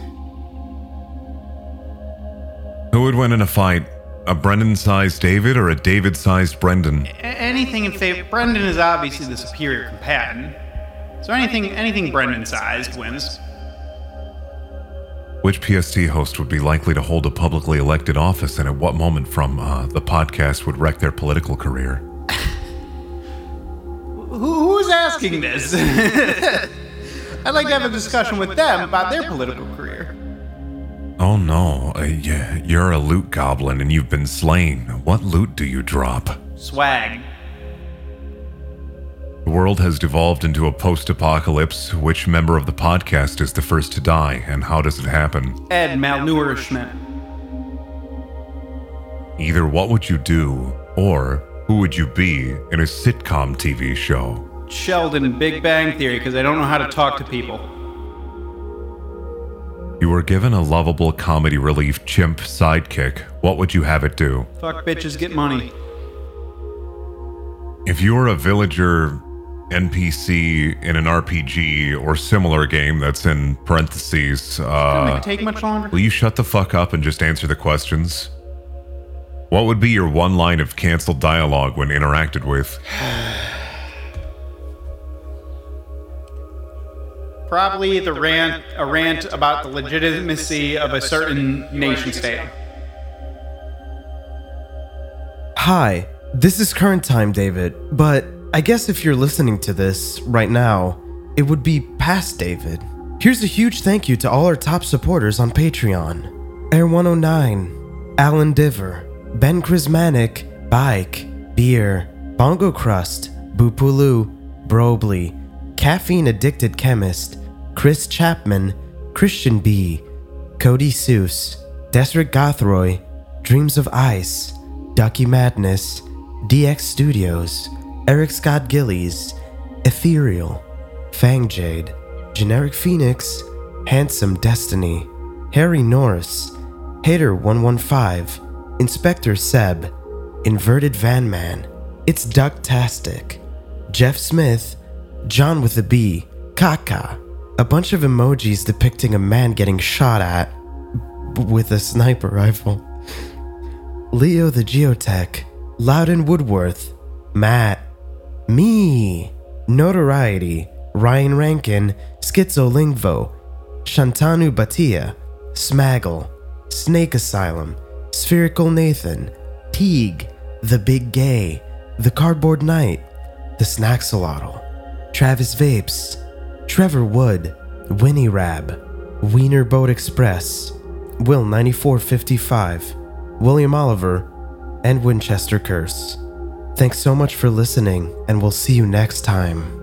Who would win in a fight? A Brendan sized David or a David sized Brendan? A- anything in favor. Brendan is obviously the superior combatant, so anything anything Brendan sized wins. Which PST host would be likely to hold a publicly elected office and at what moment from uh, the podcast would wreck their political career? Who, who's asking this? I'd like to have a discussion with them about their political career. Oh no, uh, y- you're a loot goblin and you've been slain. What loot do you drop? Swag. The world has devolved into a post apocalypse. Which member of the podcast is the first to die, and how does it happen? Ed malnourishment. Either what would you do, or who would you be in a sitcom TV show? Sheldon, Big Bang Theory, because I don't know how to talk to people. You were given a lovable comedy relief chimp sidekick. What would you have it do? Fuck bitches, get money. If you were a villager NPC in an RPG or similar game that's in parentheses, Doesn't uh, it take much longer? will you shut the fuck up and just answer the questions? What would be your one line of canceled dialogue when interacted with? Probably the rant, a rant about the legitimacy of a certain nation state. Hi, this is current time, David, but I guess if you're listening to this right now, it would be past David. Here's a huge thank you to all our top supporters on Patreon Air 109, Alan Diver, Ben Chrismanic, Bike, Beer, Bongo Crust, Bupulu, Brobly, Caffeine Addicted Chemist, Chris Chapman, Christian B., Cody Seuss, Desrick Gothroy, Dreams of Ice, Ducky Madness, DX Studios, Eric Scott Gillies, Ethereal, Fang Jade, Generic Phoenix, Handsome Destiny, Harry Norris, Hater 115, Inspector Seb, Inverted Van Man, It's Ducktastic, Jeff Smith, John with a B, Kaka, a bunch of emojis depicting a man getting shot at b- with a sniper rifle. Leo the Geotech, Loudon Woodworth, Matt, me, Notoriety, Ryan Rankin, Schizolingvo, Shantanu Bhatia, Smaggle, Snake Asylum, Spherical Nathan, Teague, The Big Gay, The Cardboard Knight, The Snaxolotl, Travis Vapes, Trevor Wood, Winnie Rab, Wiener Boat Express, Will 9455, William Oliver, and Winchester Curse. Thanks so much for listening, and we'll see you next time.